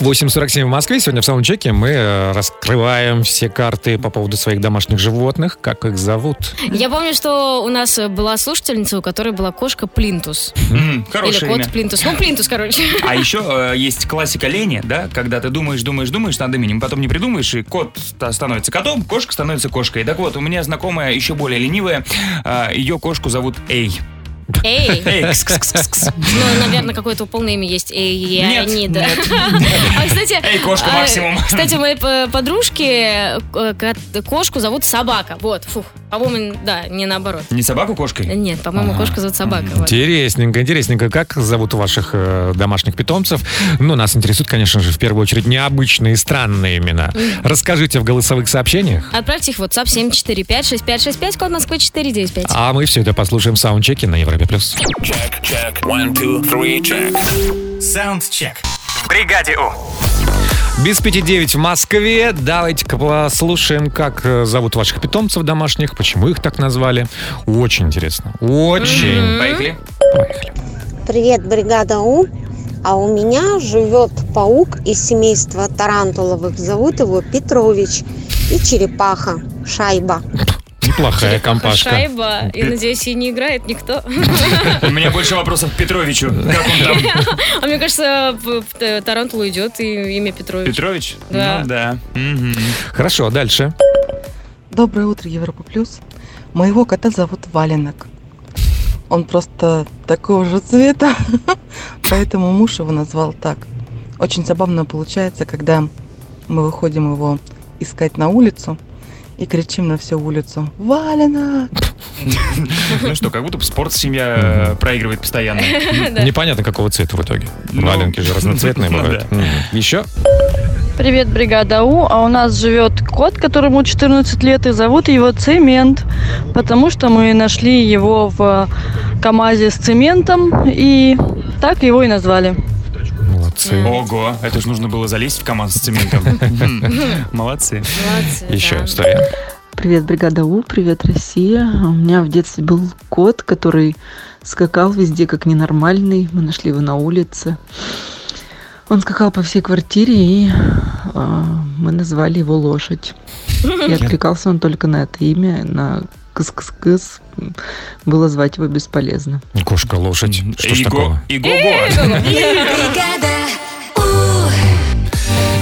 [SPEAKER 1] 8.47 в Москве. Сегодня в самом чеке мы э, раскрываем все карты по поводу своих домашних животных. Как их зовут?
[SPEAKER 3] Я помню, что у нас была слушательница, у которой была кошка Плинтус. Или
[SPEAKER 2] Хорошее
[SPEAKER 3] кот
[SPEAKER 2] имя.
[SPEAKER 3] Плинтус. Ну, Плинтус, короче.
[SPEAKER 2] А еще э, есть классика лени, да, когда ты думаешь, думаешь, думаешь над именем, потом не придумаешь, и кот ста- становится котом, кошка становится кошкой. Так вот, у меня знакомая, еще более ленивая, э, ее кошку зовут Эй.
[SPEAKER 3] Эй.
[SPEAKER 2] <laughs> Эй, кс-кс-кс-кс.
[SPEAKER 3] Ну, наверное, какое-то полное имя есть. Эй, я не да. А, кстати...
[SPEAKER 2] Эй, кошка,
[SPEAKER 3] а,
[SPEAKER 2] максимум.
[SPEAKER 3] Кстати, у моей п- подружки э, кот- кошку зовут Собака. Вот, фух. По-моему, да, не наоборот.
[SPEAKER 2] Не собаку кошкой?
[SPEAKER 3] Нет, по-моему,
[SPEAKER 1] Ага.
[SPEAKER 3] кошку зовут Собака. вот.
[SPEAKER 1] Интересненько, интересненько. Как зовут ваших э, домашних питомцев? Ну, нас интересуют, конечно же, в первую очередь необычные и странные имена. Расскажите в голосовых сообщениях.
[SPEAKER 3] Отправьте их в WhatsApp 745-6565, код Москвы 495.
[SPEAKER 1] А мы все это послушаем в саундчеке на Европе+. плюс.
[SPEAKER 8] Саундчек. В бригаде У.
[SPEAKER 1] Без пяти девять в Москве. Давайте-ка послушаем, как э, зовут ваших питомцев домашних, почему их так назвали. Очень интересно. Очень.
[SPEAKER 2] Поехали.
[SPEAKER 18] Привет, бригада У. А у меня живет паук из семейства тарантуловых. Зовут его Петрович и черепаха Шайба.
[SPEAKER 1] Неплохая компашка.
[SPEAKER 3] Шайба. И, надеюсь, и не играет никто.
[SPEAKER 2] У меня больше вопросов к Петровичу. Как он там?
[SPEAKER 3] А мне кажется, п- п- Тарантул уйдет, и имя Петрович.
[SPEAKER 2] Петрович?
[SPEAKER 3] Да.
[SPEAKER 2] Ну да. Мгм.
[SPEAKER 1] Хорошо, дальше.
[SPEAKER 19] Доброе утро, Европа Плюс. Моего кота зовут Валенок. Он просто такого же цвета, <laughs> поэтому муж его назвал так. Очень забавно получается, когда мы выходим его искать на улицу и кричим на всю улицу «Валенок!»
[SPEAKER 2] Ну что, как будто бы спорт семья э, проигрывает <laughs> постоянно.
[SPEAKER 3] Да.
[SPEAKER 1] Непонятно, какого цвета в итоге. Валенки же разноцветные
[SPEAKER 2] ну
[SPEAKER 1] бывают. Мгм. Еще?
[SPEAKER 20] Привет, бригада У. А у нас живет кот, которому 14 лет, и зовут его Цемент, потому что мы нашли его в КАМАЗе с цементом, и так его и назвали.
[SPEAKER 1] Молодцы.
[SPEAKER 2] Ого, это ж нужно было залезть в КамАЗ с цементом. Мгм. Молодцы.
[SPEAKER 1] Еще стоят.
[SPEAKER 21] Привет, бригада У, привет, Россия. У меня в детстве был кот, который скакал везде как ненормальный. Мы нашли его на улице. Он скакал по всей квартире, и а, мы назвали его лошадь. И откликался он только на это имя, на кыс-кыс-кыс. Было звать его бесполезно.
[SPEAKER 1] Кошка, лошадь. Что ж
[SPEAKER 2] Иго-
[SPEAKER 1] такого?
[SPEAKER 2] <laughs>
[SPEAKER 3] ну,
[SPEAKER 7] Бригада У.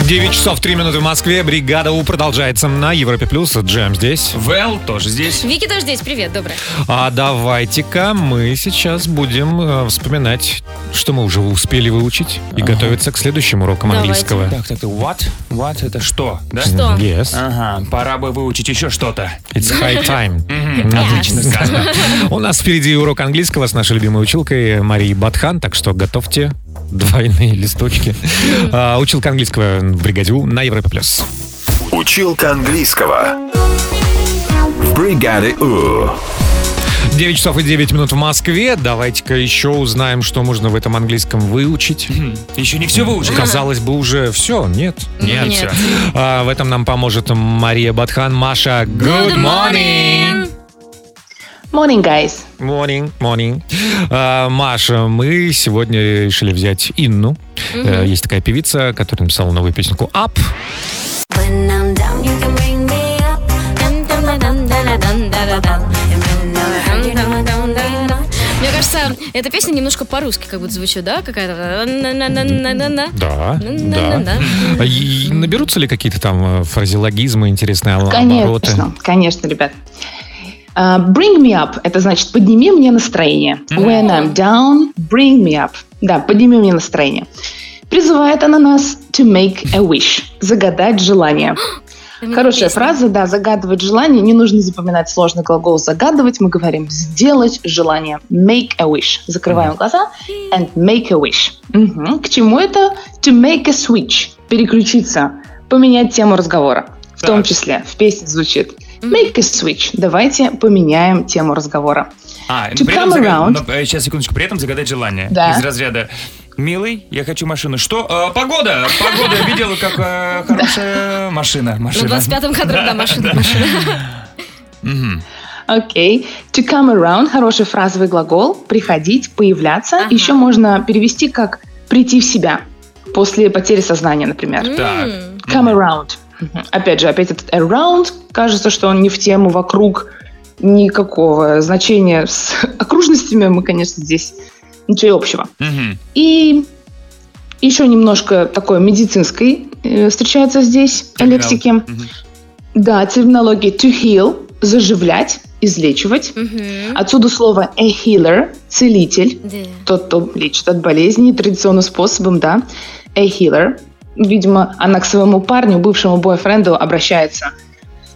[SPEAKER 1] 9 часов 3 минуты в Москве. Бригада У продолжается на Европе Плюс. Джем здесь.
[SPEAKER 2] Вэл тоже здесь.
[SPEAKER 3] Вики тоже здесь. Привет, доброе.
[SPEAKER 1] А давайте-ка мы сейчас будем э, вспоминать, что мы уже успели выучить и готовиться к следующим урокам
[SPEAKER 2] Давайте.
[SPEAKER 1] английского.
[SPEAKER 2] Так, так, так, what? What это что? Да?
[SPEAKER 1] Что? Yes.
[SPEAKER 2] Ага, пора бы выучить еще что-то.
[SPEAKER 1] It's high time.
[SPEAKER 2] Мгм,
[SPEAKER 1] Yes.
[SPEAKER 2] Отлично сказано.
[SPEAKER 1] У нас впереди урок английского с нашей любимой училкой Марией Батхан, так что готовьте двойные листочки. А, Училка английского в бригаде У на Европе Плюс.
[SPEAKER 4] Училка английского. В бригаде У.
[SPEAKER 1] 9 часов и 9 минут в Москве. Давайте-ка еще узнаем, что можно в этом английском выучить.
[SPEAKER 2] Еще не все выучили.
[SPEAKER 1] Казалось бы, уже все. Ну, Нет.
[SPEAKER 2] Нет, Нет. всё.
[SPEAKER 1] А, в этом нам поможет Мария Батхан. Маша, good morning!
[SPEAKER 22] Morning, guys.
[SPEAKER 1] Morning, morning. А, Маша, мы сегодня решили взять Инну.
[SPEAKER 22] Мгм.
[SPEAKER 1] Э, Есть такая певица, которая написала новую песенку «Up».
[SPEAKER 7] When I'm down, you can bring me up. Dum, dum, da, dum, da, da, dum, da, da, dum. And when I'm hurt, you know I don't need no
[SPEAKER 3] Мне кажется, эта песня немножко по-русски как будто звучит, да? Какая-то... на-на-на-на-на-на.
[SPEAKER 1] Да, да.
[SPEAKER 3] На-на-на-на.
[SPEAKER 1] А и наберутся ли какие-то там э, фразеологизмы, интересные о- обороты?
[SPEAKER 22] Конечно, конечно, ребят. А, bring me up – это значит «подними мне настроение». When I'm down, bring me up. Да, подними мне настроение. Призывает она нас to make a wish – загадать желание. Хорошая фраза, да, загадывать желание. Не нужно запоминать сложный глагол «загадывать». Мы говорим «сделать желание». Make a wish. Закрываем глаза and make a wish. Мгм. К чему это? To make a switch. Переключиться. Поменять тему разговора. В том числе в песне звучит Make a switch. Давайте поменяем тему разговора.
[SPEAKER 2] <laughs> А,
[SPEAKER 22] To
[SPEAKER 2] при этом
[SPEAKER 22] come
[SPEAKER 2] загад-
[SPEAKER 22] around.
[SPEAKER 2] но, э, сейчас, секундочку, при этом загадать желание.
[SPEAKER 22] Да.
[SPEAKER 2] Из разряда «Милый, я хочу машину». Что? Э, погода! Погода! Видела, как э, хорошая машина.
[SPEAKER 3] На
[SPEAKER 2] машина.
[SPEAKER 3] 25-м кадре, да, машина.
[SPEAKER 2] Мгм.
[SPEAKER 22] Окей. To come around – хороший фразовый глагол. Приходить, появляться. Еще можно перевести как прийти в себя после потери сознания, например.
[SPEAKER 2] Так.
[SPEAKER 22] Come around. Мгм. Опять же, опять этот around. Кажется, что он не в тему, вокруг. Никакого значения с <laughs> окружностями мы, конечно, здесь ничего общего.
[SPEAKER 2] Мгм.
[SPEAKER 22] И еще немножко такой медицинской э, встречается здесь лексики. Да, терминология to heal, заживлять, излечивать. Отсюда слово a healer, целитель, тот, кто лечит от болезни традиционным способом, да. A healer. Видимо, она к своему парню, бывшему бойфренду обращается.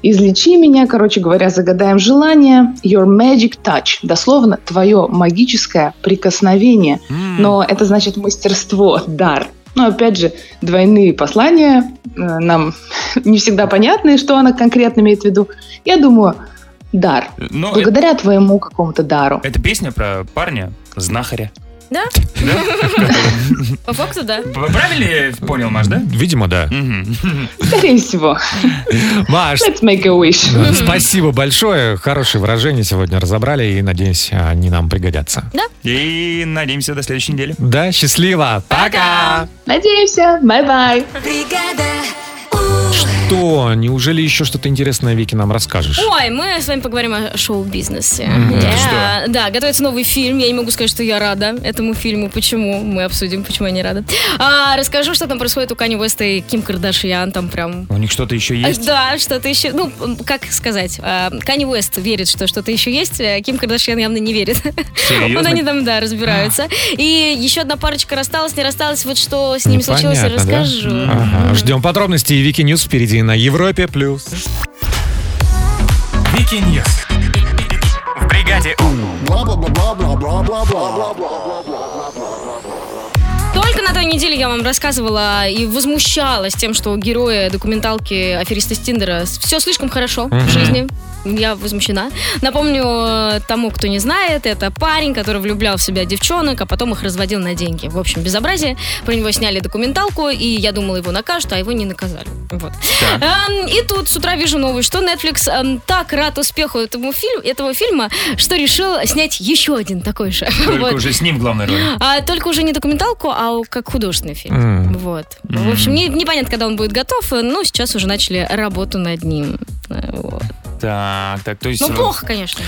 [SPEAKER 22] Излечи меня, короче говоря, загадаем желание. Your magic touch. Дословно, твое магическое прикосновение.
[SPEAKER 2] Хм.
[SPEAKER 22] Но это значит мастерство, дар. Но опять же, двойные послания э, нам <laughs> не всегда понятны, что она конкретно имеет в виду. Я думаю, дар.
[SPEAKER 2] Но
[SPEAKER 22] Благодаря твоему какому-то дару.
[SPEAKER 2] Это песня про парня, знахаря.
[SPEAKER 3] Да? По факту, да.
[SPEAKER 2] Правильно я понял, Маш, да?
[SPEAKER 1] Видимо, да.
[SPEAKER 22] Скорее всего.
[SPEAKER 1] Маш,
[SPEAKER 22] Let's make a wish.
[SPEAKER 1] э, спасибо большое. Хорошие выражения сегодня разобрали и, надеюсь, они нам пригодятся.
[SPEAKER 22] Да.
[SPEAKER 2] <laughs> И надеемся до следующей недели.
[SPEAKER 1] Да, счастливо. Пока!
[SPEAKER 22] Надеемся. Бай-бай.
[SPEAKER 7] Бригада
[SPEAKER 1] что? А Неужели еще что-то интересное, Вики, нам расскажешь?
[SPEAKER 3] Ой, мы с вами поговорим о шоу-бизнесе.
[SPEAKER 1] Мгм.
[SPEAKER 3] Да,
[SPEAKER 1] Что?
[SPEAKER 3] Да, готовится новый фильм. Я не могу сказать, что я рада этому фильму. Почему? Мы обсудим, почему я не рада. А, расскажу, что там происходит у Кани Уэста и Ким Кардашьян. Там прям...
[SPEAKER 2] У них что-то еще
[SPEAKER 3] А,
[SPEAKER 2] есть?
[SPEAKER 3] Да, что-то еще. Ну, м, как сказать? а, Кани Уэст верит, что что-то еще есть. а Ким Кардашьян явно не верит.
[SPEAKER 2] Серьезно?
[SPEAKER 3] Вот они там, да, разбираются.
[SPEAKER 1] А.
[SPEAKER 3] И еще одна парочка рассталась, не рассталась. Вот что с ними случилось, я
[SPEAKER 1] Непонятно, да?
[SPEAKER 3] расскажу.
[SPEAKER 1] Ага, Ждем подробностей. Вики Ньюс впереди на Европе+. плюс.
[SPEAKER 8] Вики Ньюс. В бригаде
[SPEAKER 3] Только на той неделе я вам рассказывала и возмущалась тем, что герои документалки афериста Стиндера все слишком хорошо в
[SPEAKER 5] Мгм.
[SPEAKER 3] жизни. Я возмущена. Напомню э, тому, кто не знает, это парень, который влюблял в себя девчонок, а потом их разводил на деньги. В общем, безобразие. Про него сняли документалку, и я думала, его накажут, а его не наказали. Вот. <laughs> Эм, И тут с утра вижу новость, что Netflix эм, так рад успеху этому фильм, этого фильма, что решил снять еще один такой же. <laughs>
[SPEAKER 2] Только
[SPEAKER 3] Вот.
[SPEAKER 2] уже с ним в главной
[SPEAKER 3] <gasps>
[SPEAKER 2] роли.
[SPEAKER 3] А, только уже не документалку, а у- как художественный фильм.
[SPEAKER 2] М.
[SPEAKER 3] Вот.
[SPEAKER 2] М.
[SPEAKER 3] В общем, не- непонятно, когда он будет готов, но сейчас уже начали работу над ним. Э, вот.
[SPEAKER 2] Так, так, то есть...
[SPEAKER 3] Ну, плохо, конечно.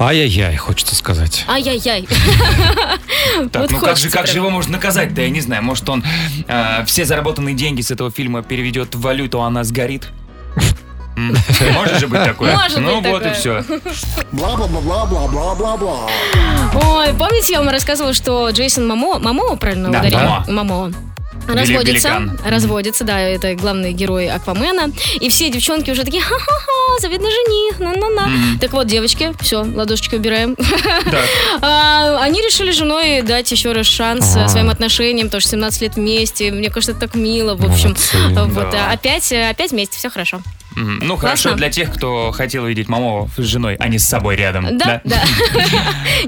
[SPEAKER 1] Ай-яй-яй, хочется сказать.
[SPEAKER 3] Ай-яй-яй.
[SPEAKER 2] Так,
[SPEAKER 3] Вот
[SPEAKER 2] ну как же,
[SPEAKER 3] хочется
[SPEAKER 2] как
[SPEAKER 3] прям.
[SPEAKER 2] же его можно наказать? Да я не знаю, может он э, все заработанные деньги с этого фильма переведет в валюту, а она
[SPEAKER 3] <laughs>
[SPEAKER 2] сгорит? М, Может же быть такое?
[SPEAKER 3] Может
[SPEAKER 2] Ну
[SPEAKER 3] быть
[SPEAKER 2] вот и
[SPEAKER 3] такое.
[SPEAKER 2] все.
[SPEAKER 3] <laughs>
[SPEAKER 4] Бла-бла-бла-бла-бла-бла-бла.
[SPEAKER 3] Ой, помните, я вам рассказывала, что Джейсон Мамо, Мамо правильно
[SPEAKER 4] Да,
[SPEAKER 3] ударил?
[SPEAKER 4] Мамо.
[SPEAKER 3] Мамо.
[SPEAKER 4] Вели-
[SPEAKER 3] Разводится,
[SPEAKER 4] великан.
[SPEAKER 3] разводится, да, это главный герой Аквамена. И все девчонки уже такие, ха-ха-ха, завидный жених, на-на-на.
[SPEAKER 5] Мгм.
[SPEAKER 3] Так вот, девочки, все, ладошечки убираем.
[SPEAKER 5] Так.
[SPEAKER 3] <laughs> А, Они решили женой дать еще раз шанс э,
[SPEAKER 5] А.
[SPEAKER 3] своим отношениям, тоже 17 лет вместе. Мне кажется, это так мило, в общем.
[SPEAKER 1] Ну,
[SPEAKER 2] Молодцы,
[SPEAKER 3] Вот,
[SPEAKER 2] да.
[SPEAKER 3] э, опять, э, опять вместе, все хорошо.
[SPEAKER 2] М, Ну хорошо,
[SPEAKER 3] Классно.
[SPEAKER 2] для тех, кто хотел видеть маму с женой, а не с собой рядом.
[SPEAKER 3] Да, да.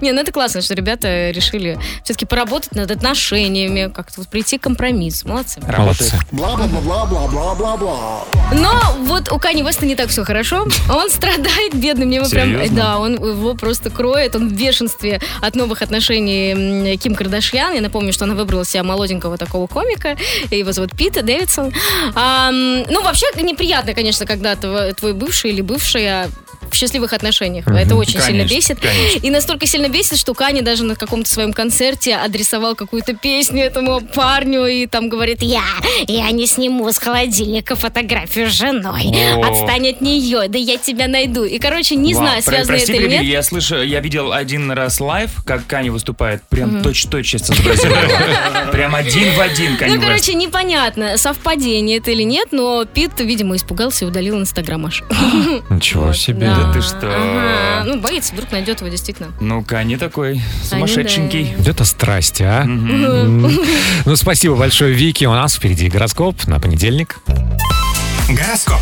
[SPEAKER 3] Не, ну это классно, что ребята решили все-таки поработать над отношениями, как-то вот прийти к компромиссу. Молодцы.
[SPEAKER 2] Работает.
[SPEAKER 4] Бла-бла-бла-бла-бла-бла-бла.
[SPEAKER 3] Но вот у Кани Веста не так все хорошо. Он страдает, бедный. Мне его прям...
[SPEAKER 4] Серьезно?
[SPEAKER 3] Да, он его просто кроет. Он в бешенстве от новых отношений м, Ким Кардашьян. Я напомню, что она выбрала себе молоденького такого комика. Его зовут Пита Дэвидсон. Ам, ну, вообще неприятно, конечно, когда тво- твой бывший или бывшая в счастливых отношениях.
[SPEAKER 5] Мгм.
[SPEAKER 3] Это очень сильно
[SPEAKER 5] Конечно,
[SPEAKER 3] бесит.
[SPEAKER 5] конечно.
[SPEAKER 3] И настолько сильно бесит, что Кани даже на каком-то своем концерте адресовал какую-то песню этому парню и там говорит «Я, я не сниму с холодильника фотографию с женой.
[SPEAKER 2] О.
[SPEAKER 3] Отстань от нее, да я тебя найду». И, короче, не
[SPEAKER 2] Вау,
[SPEAKER 3] знаю,
[SPEAKER 2] про-
[SPEAKER 3] связано
[SPEAKER 2] прости,
[SPEAKER 3] это или
[SPEAKER 2] перебью,
[SPEAKER 3] нет.
[SPEAKER 2] Я слышу, я видел один раз лайв, как Кани выступает. Прям
[SPEAKER 3] Мгм.
[SPEAKER 2] точь-точь сейчас
[SPEAKER 3] <laughs>
[SPEAKER 2] изобразил. Прям один в один Кани
[SPEAKER 3] Ну,
[SPEAKER 2] Уэст.
[SPEAKER 3] короче, непонятно, совпадение это или нет, но Пит, видимо, испугался и удалил Инстаграм аж. <laughs>
[SPEAKER 1] Ничего себе.
[SPEAKER 2] Да ты
[SPEAKER 3] Ага.
[SPEAKER 2] что?
[SPEAKER 3] Ну, боится, вдруг найдет его действительно.
[SPEAKER 2] Ну, Кани такой сумасшедшенький.
[SPEAKER 1] Где-то страсти, а?
[SPEAKER 3] Мгм.
[SPEAKER 1] М. Ну, спасибо большое, Вики. У нас впереди гороскоп на понедельник.
[SPEAKER 8] Гороскоп.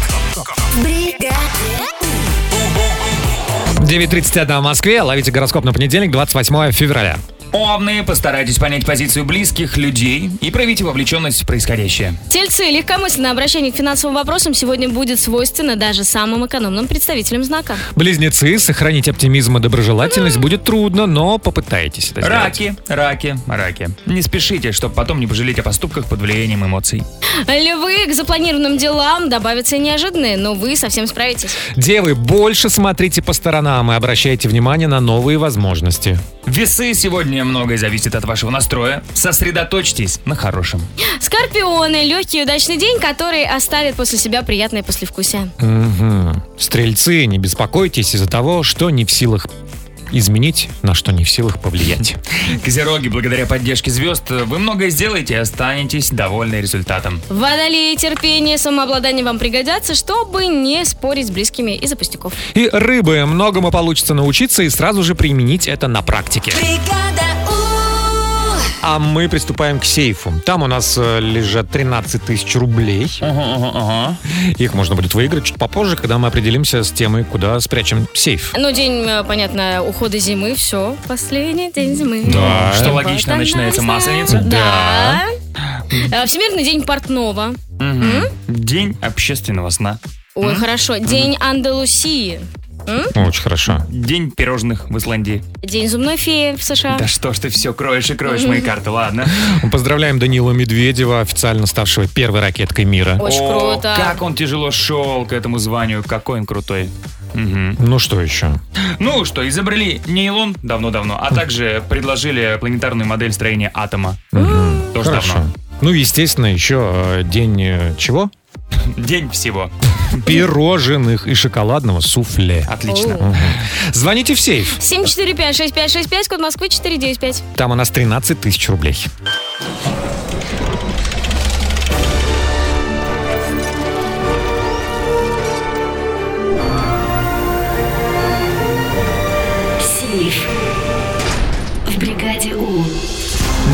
[SPEAKER 1] 9.31 в Москве. Ловите гороскоп на понедельник, 28 февраля.
[SPEAKER 2] Овны, постарайтесь понять позицию близких людей и проявите вовлеченность в происходящее.
[SPEAKER 3] Тельцы, легкомысленное обращение к финансовым вопросам сегодня будет свойственно даже самым экономным представителям знака.
[SPEAKER 1] Близнецы, сохранить оптимизм и доброжелательность будет трудно, но попытайтесь это сделать.
[SPEAKER 2] Раки, раки, раки. Не спешите, чтобы потом не пожалеть о поступках под влиянием эмоций.
[SPEAKER 3] Львы, к запланированным делам добавятся и неожиданные, но вы совсем справитесь.
[SPEAKER 1] Девы, больше смотрите по сторонам и обращайте внимание на новые возможности.
[SPEAKER 2] Весы сегодня многое зависит от вашего настроя. Сосредоточьтесь на хорошем.
[SPEAKER 3] Скорпионы, легкий и удачный день, который оставит после себя приятное послевкусие.
[SPEAKER 1] Мгм. Стрельцы, не беспокойтесь из-за того, что не в силах изменить, на что не в силах повлиять.
[SPEAKER 2] Козероги, благодаря поддержке звезд, вы многое сделаете и останетесь довольны результатом.
[SPEAKER 3] Водолеи, терпение, самообладание вам пригодятся, чтобы не спорить с близкими из-за пустяков.
[SPEAKER 1] И рыбы, многому получится научиться и сразу же применить это на практике. А мы приступаем к сейфу. Там у нас э, лежат 13 тысяч рублей. Их можно будет выиграть чуть попозже, когда мы определимся с темой, куда спрячем сейф.
[SPEAKER 3] Ну, день, э, понятно, ухода зимы, все, последний день зимы.
[SPEAKER 1] Да.
[SPEAKER 2] Что
[SPEAKER 1] Вот
[SPEAKER 2] логично,
[SPEAKER 3] она
[SPEAKER 2] начинается
[SPEAKER 3] вся.
[SPEAKER 2] масленица.
[SPEAKER 3] Да. Э, Всемирный день портного.
[SPEAKER 2] Мгм. День общественного сна.
[SPEAKER 3] Ой, хорошо. День Андалусии.
[SPEAKER 1] Очень хорошо.
[SPEAKER 2] День пирожных в Исландии.
[SPEAKER 3] День зубной феи в США.
[SPEAKER 2] Да что ж ты все кроешь и кроешь мои карты, ладно.
[SPEAKER 1] Поздравляем Данила Медведева, официально ставшего первой ракеткой мира.
[SPEAKER 3] Очень
[SPEAKER 2] О,
[SPEAKER 3] круто.
[SPEAKER 2] Как он тяжело шел к этому званию, какой он крутой. Мгм.
[SPEAKER 1] Ну что еще?
[SPEAKER 2] Ну что, изобрели нейлон давно-давно, а также предложили планетарную модель строения атома. Тоже
[SPEAKER 1] Хорошо.
[SPEAKER 2] давно.
[SPEAKER 1] Ну, естественно, еще э, день э, чего?
[SPEAKER 2] День всего.
[SPEAKER 1] Пирожных и шоколадного суфле.
[SPEAKER 2] Отлично.
[SPEAKER 1] Мгм. А. Звоните в сейф.
[SPEAKER 3] 745-6565, код Москвы 495.
[SPEAKER 1] Там у нас 13 тысяч рублей.
[SPEAKER 7] Сейф. В бригаде У.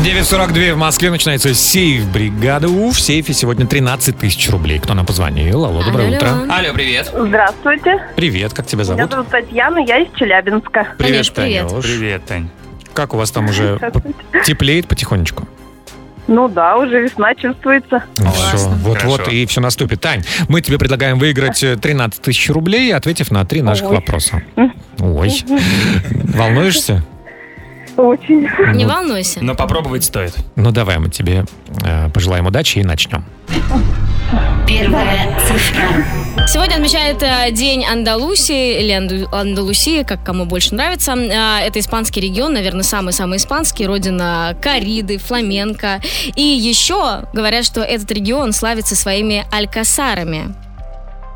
[SPEAKER 1] 9.42 в Москве начинается сейф бригады У. В сейфе сегодня 13 тысяч рублей. Кто нам позвонил? Алло, доброе
[SPEAKER 2] Алло,
[SPEAKER 1] утро.
[SPEAKER 2] алло. Алло, привет.
[SPEAKER 9] Здравствуйте.
[SPEAKER 1] Привет, как тебя
[SPEAKER 9] Меня
[SPEAKER 1] зовут?
[SPEAKER 9] зовут Татьяна, я из Челябинска.
[SPEAKER 1] Танюш. Привет, Тань. Как у вас там уже по- теплеет потихонечку?
[SPEAKER 9] Ну да, уже весна чувствуется.
[SPEAKER 1] Все, вот-вот и все наступит. Тань, мы тебе предлагаем выиграть э, 13 тысяч рублей, ответив на три наших
[SPEAKER 9] Ой.
[SPEAKER 1] вопроса. Ой, волнуешься?
[SPEAKER 9] Очень.
[SPEAKER 3] Не волнуйся.
[SPEAKER 2] Но попробовать стоит.
[SPEAKER 1] Ну давай мы тебе э, пожелаем удачи и начнем.
[SPEAKER 7] Первая цифра.
[SPEAKER 3] Сегодня отмечает э, День Андалусии, или Анду- Андалусии, как кому больше нравится. Э, Это испанский регион, наверное, самый-самый испанский, родина кориды, фламенко. И еще говорят, что этот регион славится своими алькасарами.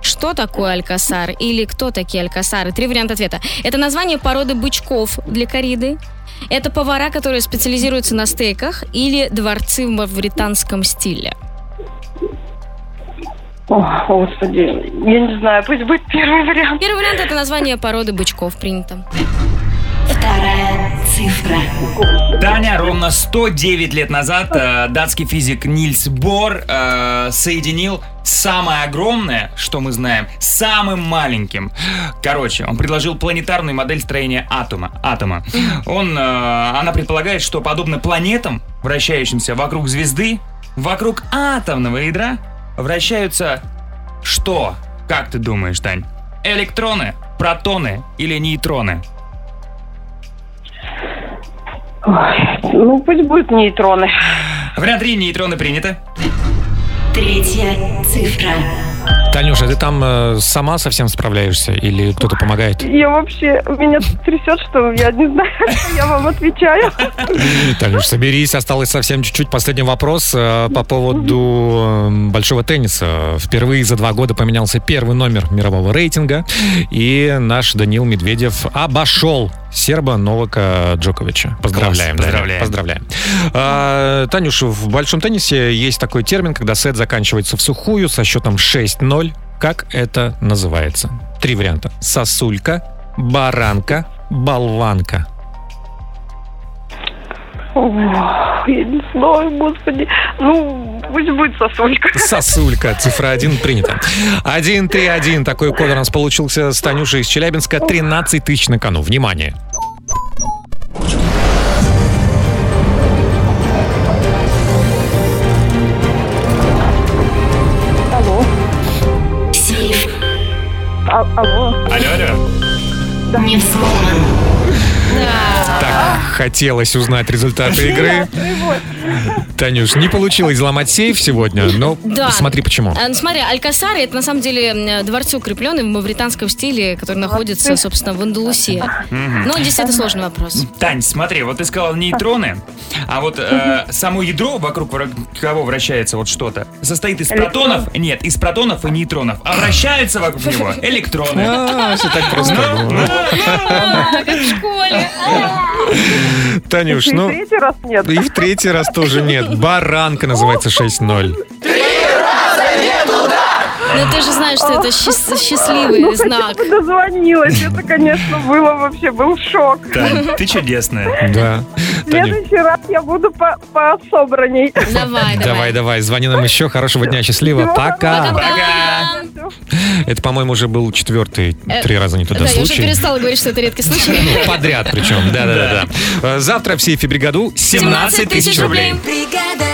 [SPEAKER 3] Что такое алькасар или кто такие алькасары? Три варианта ответа. Это название породы бычков для кориды. Это повара, которые специализируются на стейках или дворцы в мавританском стиле.
[SPEAKER 9] О, господи, я не знаю, пусть будет первый вариант.
[SPEAKER 3] Первый вариант это название породы бычков принято.
[SPEAKER 7] Вторая цифра.
[SPEAKER 2] Таня, ровно 109 лет назад э, датский физик Нильс Бор э, соединил самое огромное, что мы знаем, с самым маленьким. Короче, он предложил планетарную модель строения атома. атома. Он, э, она предполагает, что подобно планетам, вращающимся вокруг звезды, вокруг атомного ядра вращаются что? Как ты думаешь, Тань? Электроны, протоны или нейтроны?
[SPEAKER 9] Ну, пусть будут нейтроны.
[SPEAKER 2] Вариант 3 нейтроны принято.
[SPEAKER 7] Третья цифра.
[SPEAKER 1] Танюша, ты там э, сама совсем справляешься или кто-то помогает?
[SPEAKER 9] Я вообще, меня трясет, что я не знаю, <laughs> что я вам отвечаю.
[SPEAKER 1] <laughs> Танюш, соберись, осталось совсем чуть-чуть. Последний вопрос э, по поводу э, большого тенниса. Впервые за два года поменялся первый номер мирового рейтинга, и наш Данил Медведев обошел серба Новака Джоковича. Поздравляем,
[SPEAKER 2] Класс,
[SPEAKER 1] Даня,
[SPEAKER 2] поздравляем.
[SPEAKER 1] поздравляем. А, Танюш, в большом теннисе есть такой термин, когда сет заканчивается в сухую со счетом 6-0. Как это называется? Три варианта. Сосулька, баранка, болванка.
[SPEAKER 9] Ох, Я не знаю, господи. Ну, пусть будет сосулька.
[SPEAKER 1] Сосулька, цифра 1 принята. 1-3-1, такой код у нас получился с Танюшей из Челябинска. 13 тысяч на кону, внимание.
[SPEAKER 7] Сейф.
[SPEAKER 9] А- алло.
[SPEAKER 2] Алло, алло.
[SPEAKER 7] Не вспомнил.
[SPEAKER 1] Так хотелось узнать результаты игры. Танюш, не получилось взломать сейф сегодня, но
[SPEAKER 3] Да.
[SPEAKER 1] смотри почему.
[SPEAKER 3] А, ну, смотри, Алькасары это на самом деле м, дворцы укрепленные в мавританском стиле, который находится, собственно, в Андалусии.
[SPEAKER 2] Мгм. Ну,
[SPEAKER 3] Но здесь это сложный вопрос.
[SPEAKER 2] Тань, смотри, вот ты сказал нейтроны, а вот э, само ядро, вокруг вра- кого вращается вот что-то, состоит из протонов, нет, из протонов и нейтронов, а вращается вокруг него электроны.
[SPEAKER 1] А, всё так просто
[SPEAKER 3] Ну,
[SPEAKER 1] было.
[SPEAKER 3] А, как в школе.
[SPEAKER 1] Танюш, ну...
[SPEAKER 9] Третий раз нет.
[SPEAKER 1] И в третий раз тоже нет. Баранка называется 6-0.
[SPEAKER 3] Но Ну, ты же знаешь, что это счаст- счастливый
[SPEAKER 9] Ну,
[SPEAKER 3] знак.
[SPEAKER 9] хотя бы дозвонилась. Это, конечно, было вообще, был шок.
[SPEAKER 2] Тань, ты чудесная.
[SPEAKER 1] Да.
[SPEAKER 9] В следующий раз я буду по, по собранней.
[SPEAKER 3] Давай,
[SPEAKER 1] Давай, давай, звони нам еще. Хорошего дня, счастливо. Пока.
[SPEAKER 2] Пока.
[SPEAKER 1] Это, по-моему, уже был четвертый,
[SPEAKER 3] Э,
[SPEAKER 1] три раза не туда
[SPEAKER 3] Да, я уже
[SPEAKER 1] случай.
[SPEAKER 3] перестала говорить, что это редкий случай.
[SPEAKER 1] Ну, подряд причем, да-да-да. Э, Завтра в сейфе бригаду 17 тысяч рублей.
[SPEAKER 7] Бригада.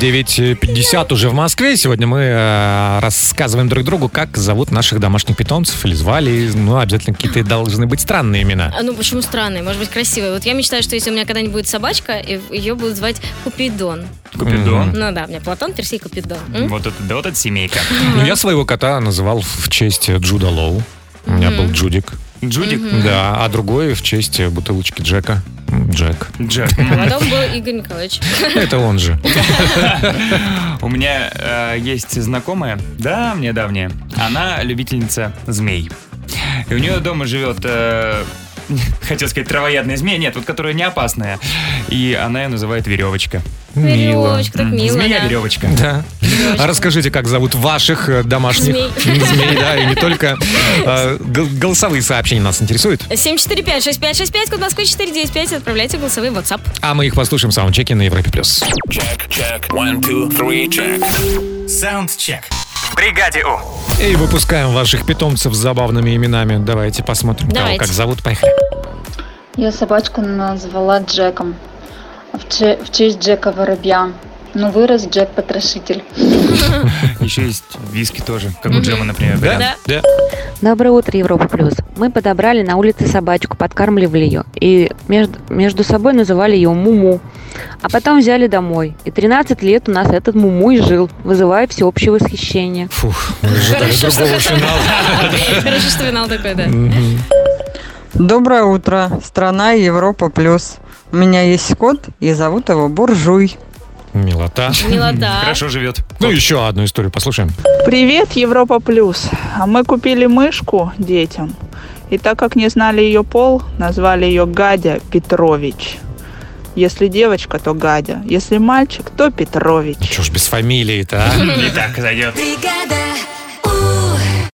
[SPEAKER 1] 9.47 9.50 уже в Москве. Сегодня мы э, рассказываем друг другу, как зовут наших домашних питомцев или звали. Ну, обязательно какие-то должны быть странные имена.
[SPEAKER 3] А, Ну, почему странные? Может быть, красивые. Вот я мечтаю, что если у меня когда-нибудь будет собачка, и ее будут звать Купидон.
[SPEAKER 2] Купидон.
[SPEAKER 3] Ну да, у меня Платон, Персей, Купидон. М?
[SPEAKER 2] Вот это, да, вот это семейка.
[SPEAKER 1] Ну, я своего кота называл в честь Джуда Лоу. У меня был Джудик.
[SPEAKER 2] Джудик?
[SPEAKER 3] Мгм.
[SPEAKER 1] Да, а другой в честь бутылочки Джека. Джек.
[SPEAKER 2] Джек.
[SPEAKER 3] А Потом был Игорь Николаевич.
[SPEAKER 1] Это он же.
[SPEAKER 2] У меня э, есть знакомая, да, мне давняя. Она любительница змей. И у нее дома живет, э, <laughs> хотел сказать, травоядная змея, нет, вот которая не опасная. И она ее называет веревочка.
[SPEAKER 1] Мило. Веревочка,
[SPEAKER 3] так
[SPEAKER 2] М,
[SPEAKER 3] мило, да.
[SPEAKER 2] Змея-веревочка.
[SPEAKER 1] Да. А расскажите, как зовут ваших э, домашних
[SPEAKER 3] Змей.
[SPEAKER 1] <laughs> змей, да, и не только. Э, гол- Голосовые сообщения нас интересуют.
[SPEAKER 3] 745-6565, код Москвы 495, отправляйте голосовые в WhatsApp.
[SPEAKER 1] А мы их послушаем в саундчеке на Европе+. плюс.
[SPEAKER 23] Чек, one, two, three, чек. Саундчек. В бригаде У.
[SPEAKER 1] И выпускаем ваших питомцев с забавными именами. Давайте посмотрим, кого
[SPEAKER 24] Давайте.
[SPEAKER 1] как зовут. Поехали.
[SPEAKER 24] Я собачку назвала Джеком. В, че- в честь Джека Воробья. Но вырос Джек-потрошитель.
[SPEAKER 2] Еще есть виски тоже, как у Джема, например.
[SPEAKER 24] Да.
[SPEAKER 1] Да.
[SPEAKER 25] Доброе утро, Европа Плюс. Мы подобрали на улице собачку, подкармливали ее. И между, между собой называли ее Муму. А потом взяли домой. И 13 лет у нас этот Муму и жил, вызывая всеобщее восхищение.
[SPEAKER 1] Фух, мы
[SPEAKER 25] ожидали другого
[SPEAKER 3] <laughs> Хорошо, что финал такой, да.
[SPEAKER 5] Доброе утро, страна Европа плюс. У меня есть кот, и зовут его Буржуй.
[SPEAKER 1] Милота.
[SPEAKER 3] Милота.
[SPEAKER 2] Хорошо живет.
[SPEAKER 1] Ну, еще одну историю послушаем.
[SPEAKER 22] Привет, Европа Плюс. А Мы купили мышку детям. И так как не знали ее пол, назвали ее Гадя Петрович. Если девочка, то Гадя. Если мальчик, то Петрович.
[SPEAKER 1] Чушь без фамилии-то, а?
[SPEAKER 2] Не так зайдет.
[SPEAKER 26] Бригада